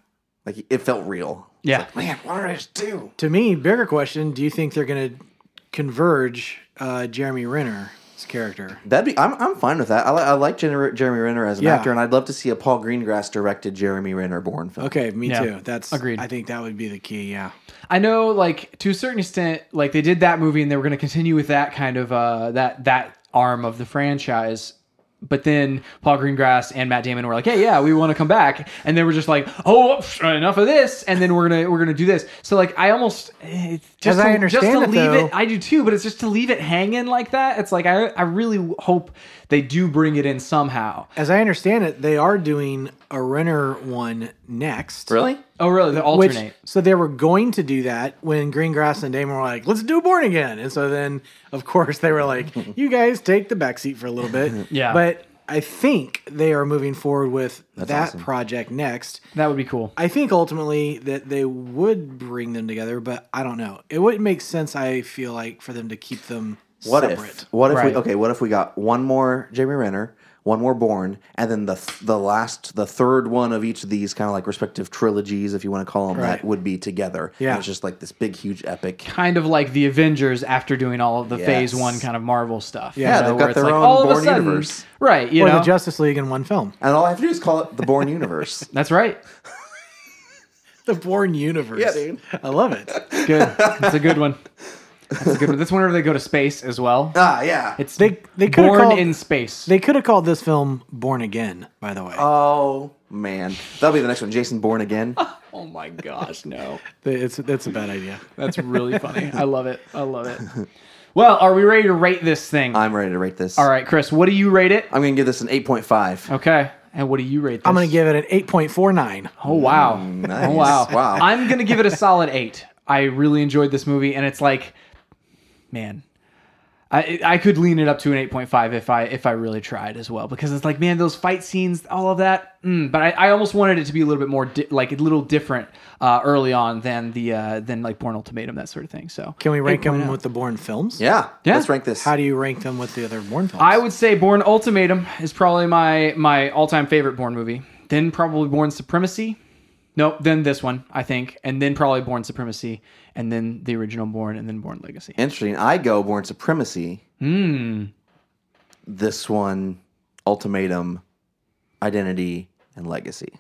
like it felt real. It's Yeah. like, man, what did I just do? To me, bigger question: Do you think they're going to converge uh, Jeremy Renner's character? That'd be. I'm, I'm fine with that. I, li- I like Jenner- Jeremy Renner as an Yeah. actor, and I'd love to see a Paul Greengrass directed Jeremy Renner Bourne film. Okay, me Yeah. too. That's Agreed. I think that would be the key. Yeah. I know, like to a certain extent, like they did that movie and they were going to continue with that kind of uh, that that arm of the franchise. But then Paul Greengrass and Matt Damon were like, "Hey, yeah, we want to come back," and they were just like, "Oh, pff, enough of this," and then we're gonna we're gonna do this. So like, I almost it's just As I to- just understand to it, leave though- it. I do too, but it's just to leave it hanging like that. It's like I I really hope they do bring it in somehow. As I understand it, they are doing a Renner one next. Really? Oh, really? They Which, alternate. so they were going to do that when Greengrass and Damon were like, "Let's do Born Again," and so then, of course, they were like, "You guys take the back seat for a little bit." Yeah. but I think they are moving forward with that awesome. project next. that would be cool. I think ultimately that they would bring them together, but I don't know. It would make sense. I feel like for them to keep them What separate. if? What if Right. we? Okay, what if we got one more Jeremy Renner, one more Bourne, and then the th- the last, the third one of each of these kind of like respective trilogies, if you want to call them that, Right. would be together. Yeah. And it's just like this big, huge epic. <laughs> kind of like the Avengers after doing all of the Phase Yes. One kind of Marvel stuff. Yeah, you know, they've where got it's their like, own all of a Bourne sudden- universe. right? You or know, the Justice League in one film? And all I have to do is call it the Bourne <laughs> universe. that's right. The Born Universe. Yeah, dude. I love it. It's good. It's a good one. That's a good one. That's whenever they go to space as well. ah, yeah. It's They they could have born called in space. they could have called this film Born Again. By the way, oh man, that'll be the next one. Jason Bourne <laughs> again. oh my gosh, no! it's that's a bad idea. That's really funny. I love it. I love it. Well, are we ready to rate this thing? I'm ready to rate this. all right, Chris. What do you rate it? I'm gonna give this an 8.5. Okay, and what do you rate? This? I'm gonna give it an eight point four nine. Oh wow! Mm, nice. <laughs> Oh wow! Wow. I'm gonna give it a solid eight. I really enjoyed this movie, and it's like, man, I, I could lean it up to an 8.5 if I if I really tried as well because it's like man those fight scenes all of that mm, but I, I almost wanted it to be a little bit more di- like a little different uh, early on than the uh, than like Born Ultimatum that sort of thing so Can we rank them with the Bourne films? Yeah. Yeah. Let's rank this. How do you rank them with the other Bourne films? I would say Born Ultimatum is probably my my all time favorite Born movie then probably Born Supremacy nope then this one I think and then probably Born Supremacy and then the original Born and then Born Legacy Interesting. I go Born Supremacy. Hmm. This one, Ultimatum, Identity, and Legacy.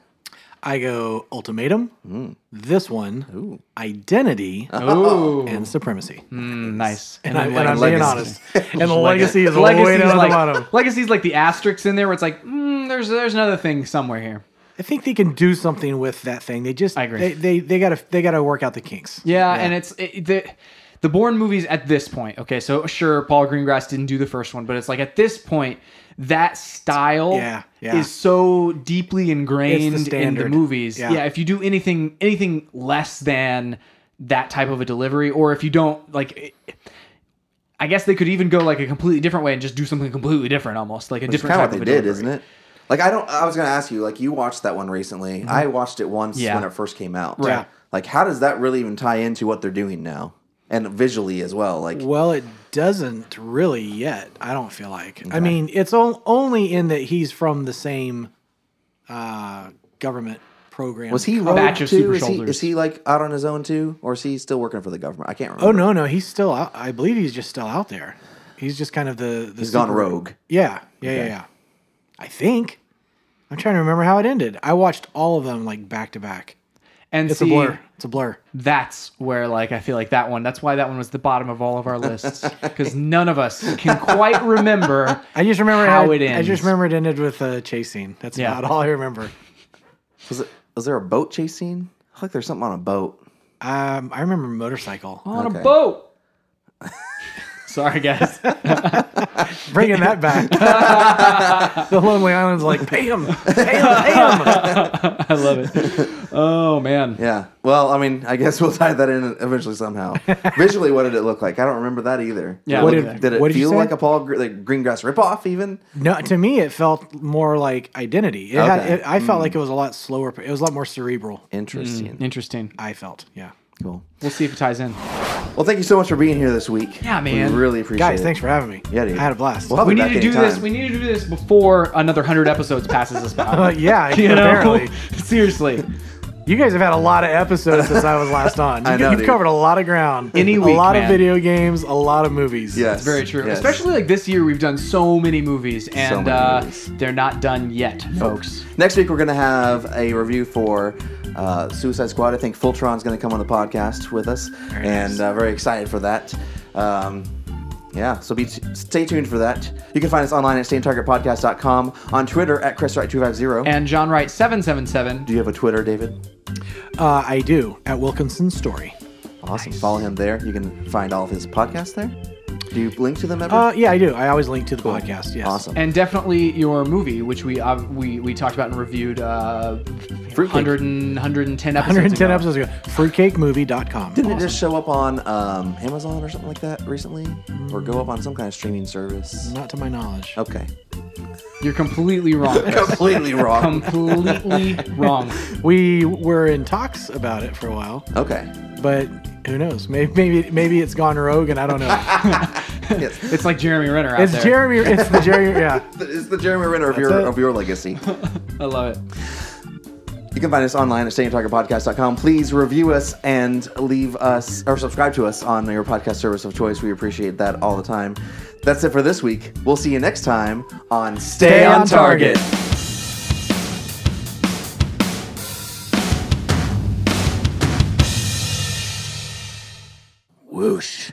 I go Ultimatum, Mm. this one, Identity, oh and Supremacy. Mm, nice Mm. And, I'm, and I'm being honest. Legacy. <laughs> And the legacy is way Legacy's down like, the bottom. Legacy's like the asterisks in there where it's like, mm, there's there's another thing somewhere here. I think they can do something with that thing. They just I agree. They, they they gotta they gotta work out the kinks. Yeah, and it's it, the the Bourne movies at this point. Okay, so sure, Paul Greengrass didn't do the first one, but it's like at this point, that style Yeah, yeah. is so deeply ingrained in the standard. movies. Yeah. yeah, if you do anything anything less than that type of a delivery, or if you don't like. I guess they could even go like a completely different way and just do something completely different, almost like a It's different kind type of what they of a did, delivery. isn't it? Like I don't. I was going to ask you. Like you watched that one recently. I watched it once Mm-hmm. Yeah. when it first came out. Right. Yeah. Like how does that really even tie into what they're doing now, and visually as well? Like Well, it doesn't really yet. I don't feel like. I mean, it's on, only in that he's from the same uh, government program. was he Co- rogue Batch of too? Super is, he, Soldiers. is he like out on his own too, or is he still working for the government? I can't remember. Oh no, no, he's still out. I believe he's just still out there. He's just kind of the. the he's gone super- rogue. Yeah, yeah, yeah, yeah. I think. I'm trying to remember how it ended. I watched all of them like back to back. And It's see, a blur. It's a blur. that's where like I feel like that one. That's why that one was the bottom of all of <laughs> our lists because none of us can quite remember. I just remember How how it it I ends. just remember it ended with a chase scene. That's Yeah. about all I remember. Was it? Was there a boat chase scene? I feel like there's something on a boat. Um, I remember motorcycle. on a Okay. boat. Sorry, guys. Bringing that back. <laughs> <laughs> the Lonely Island's like, pay him, pay him, pay him. I love it. Oh man. Yeah. Well, I mean, I guess <laughs> we'll tie that in eventually somehow. Visually, what did it look like? I don't remember that either. Yeah. Did What it- did- did it what did you feel say? like a Paul Gr- like Greengrass ripoff? Even No, to me, it felt more like identity. It had, Okay. Hmm. it, I felt like it was a lot slower. It was a lot more cerebral. interesting. Mm. Interesting. I felt, yeah. Cool. We'll see if it ties in. Well, thank you so much for being here this week. Yeah, man. We really appreciate Guys, it. thanks for having me. Yeah, dude. I had a blast. We'll have We you need back to do anytime. this. We need to do this before another hundred episodes passes <laughs> us by. Uh, yeah, you know? apparently. Seriously. You guys have had a lot of episodes since I was <laughs> last on. You, I know, have dude. covered a lot of ground. Any week, a lot man. of video games, a lot of movies. Yes. It's very true. Yes. Especially like this year, we've done so many movies, and many uh, movies. they're not done yet, folks. Next week, we're going to have a review for uh, Suicide Squad. I think Fultron's going to come on the podcast with us, and uh, very excited for that. Um, yeah, so be stay tuned for that. You can find us online at stayintargetpodcast.com, on Twitter at ChrisWright250. And John Wright seven seven seven. do you have a Twitter, David? Uh, I do, at Wilkinson's Story. Awesome. Follow him there. You can find all of his podcasts there. Do you link to them ever? Uh, yeah, I do. I always link to the podcast. Yes. awesome. and definitely your movie, which we uh, we we talked about and reviewed uh, 100 and, 110 episodes 110 ago. episodes ago. Fruitcakemovie.com. Didn't it just show up on um, Amazon or something like that recently? Or go up on some kind of streaming service? Not to my knowledge. Okay. You're completely <laughs> wrong. Chris. Completely <laughs> wrong. completely wrong. We were in talks about it for a while, okay. but who knows? Maybe maybe maybe it's gone rogue, and <laughs> I don't know. Yes. It's like Jeremy Renner out It's there. Jeremy. It's the Jeremy. Yeah. It's the Jeremy Renner of your it. of your legacy. I love it. You can find us online at stayintalkerpodcast.com. Please review us and leave us or subscribe to us on your podcast service of choice. We appreciate that all the time. That's it for this week. We'll see you next time on <laughs> Stay, on Target. Whoosh.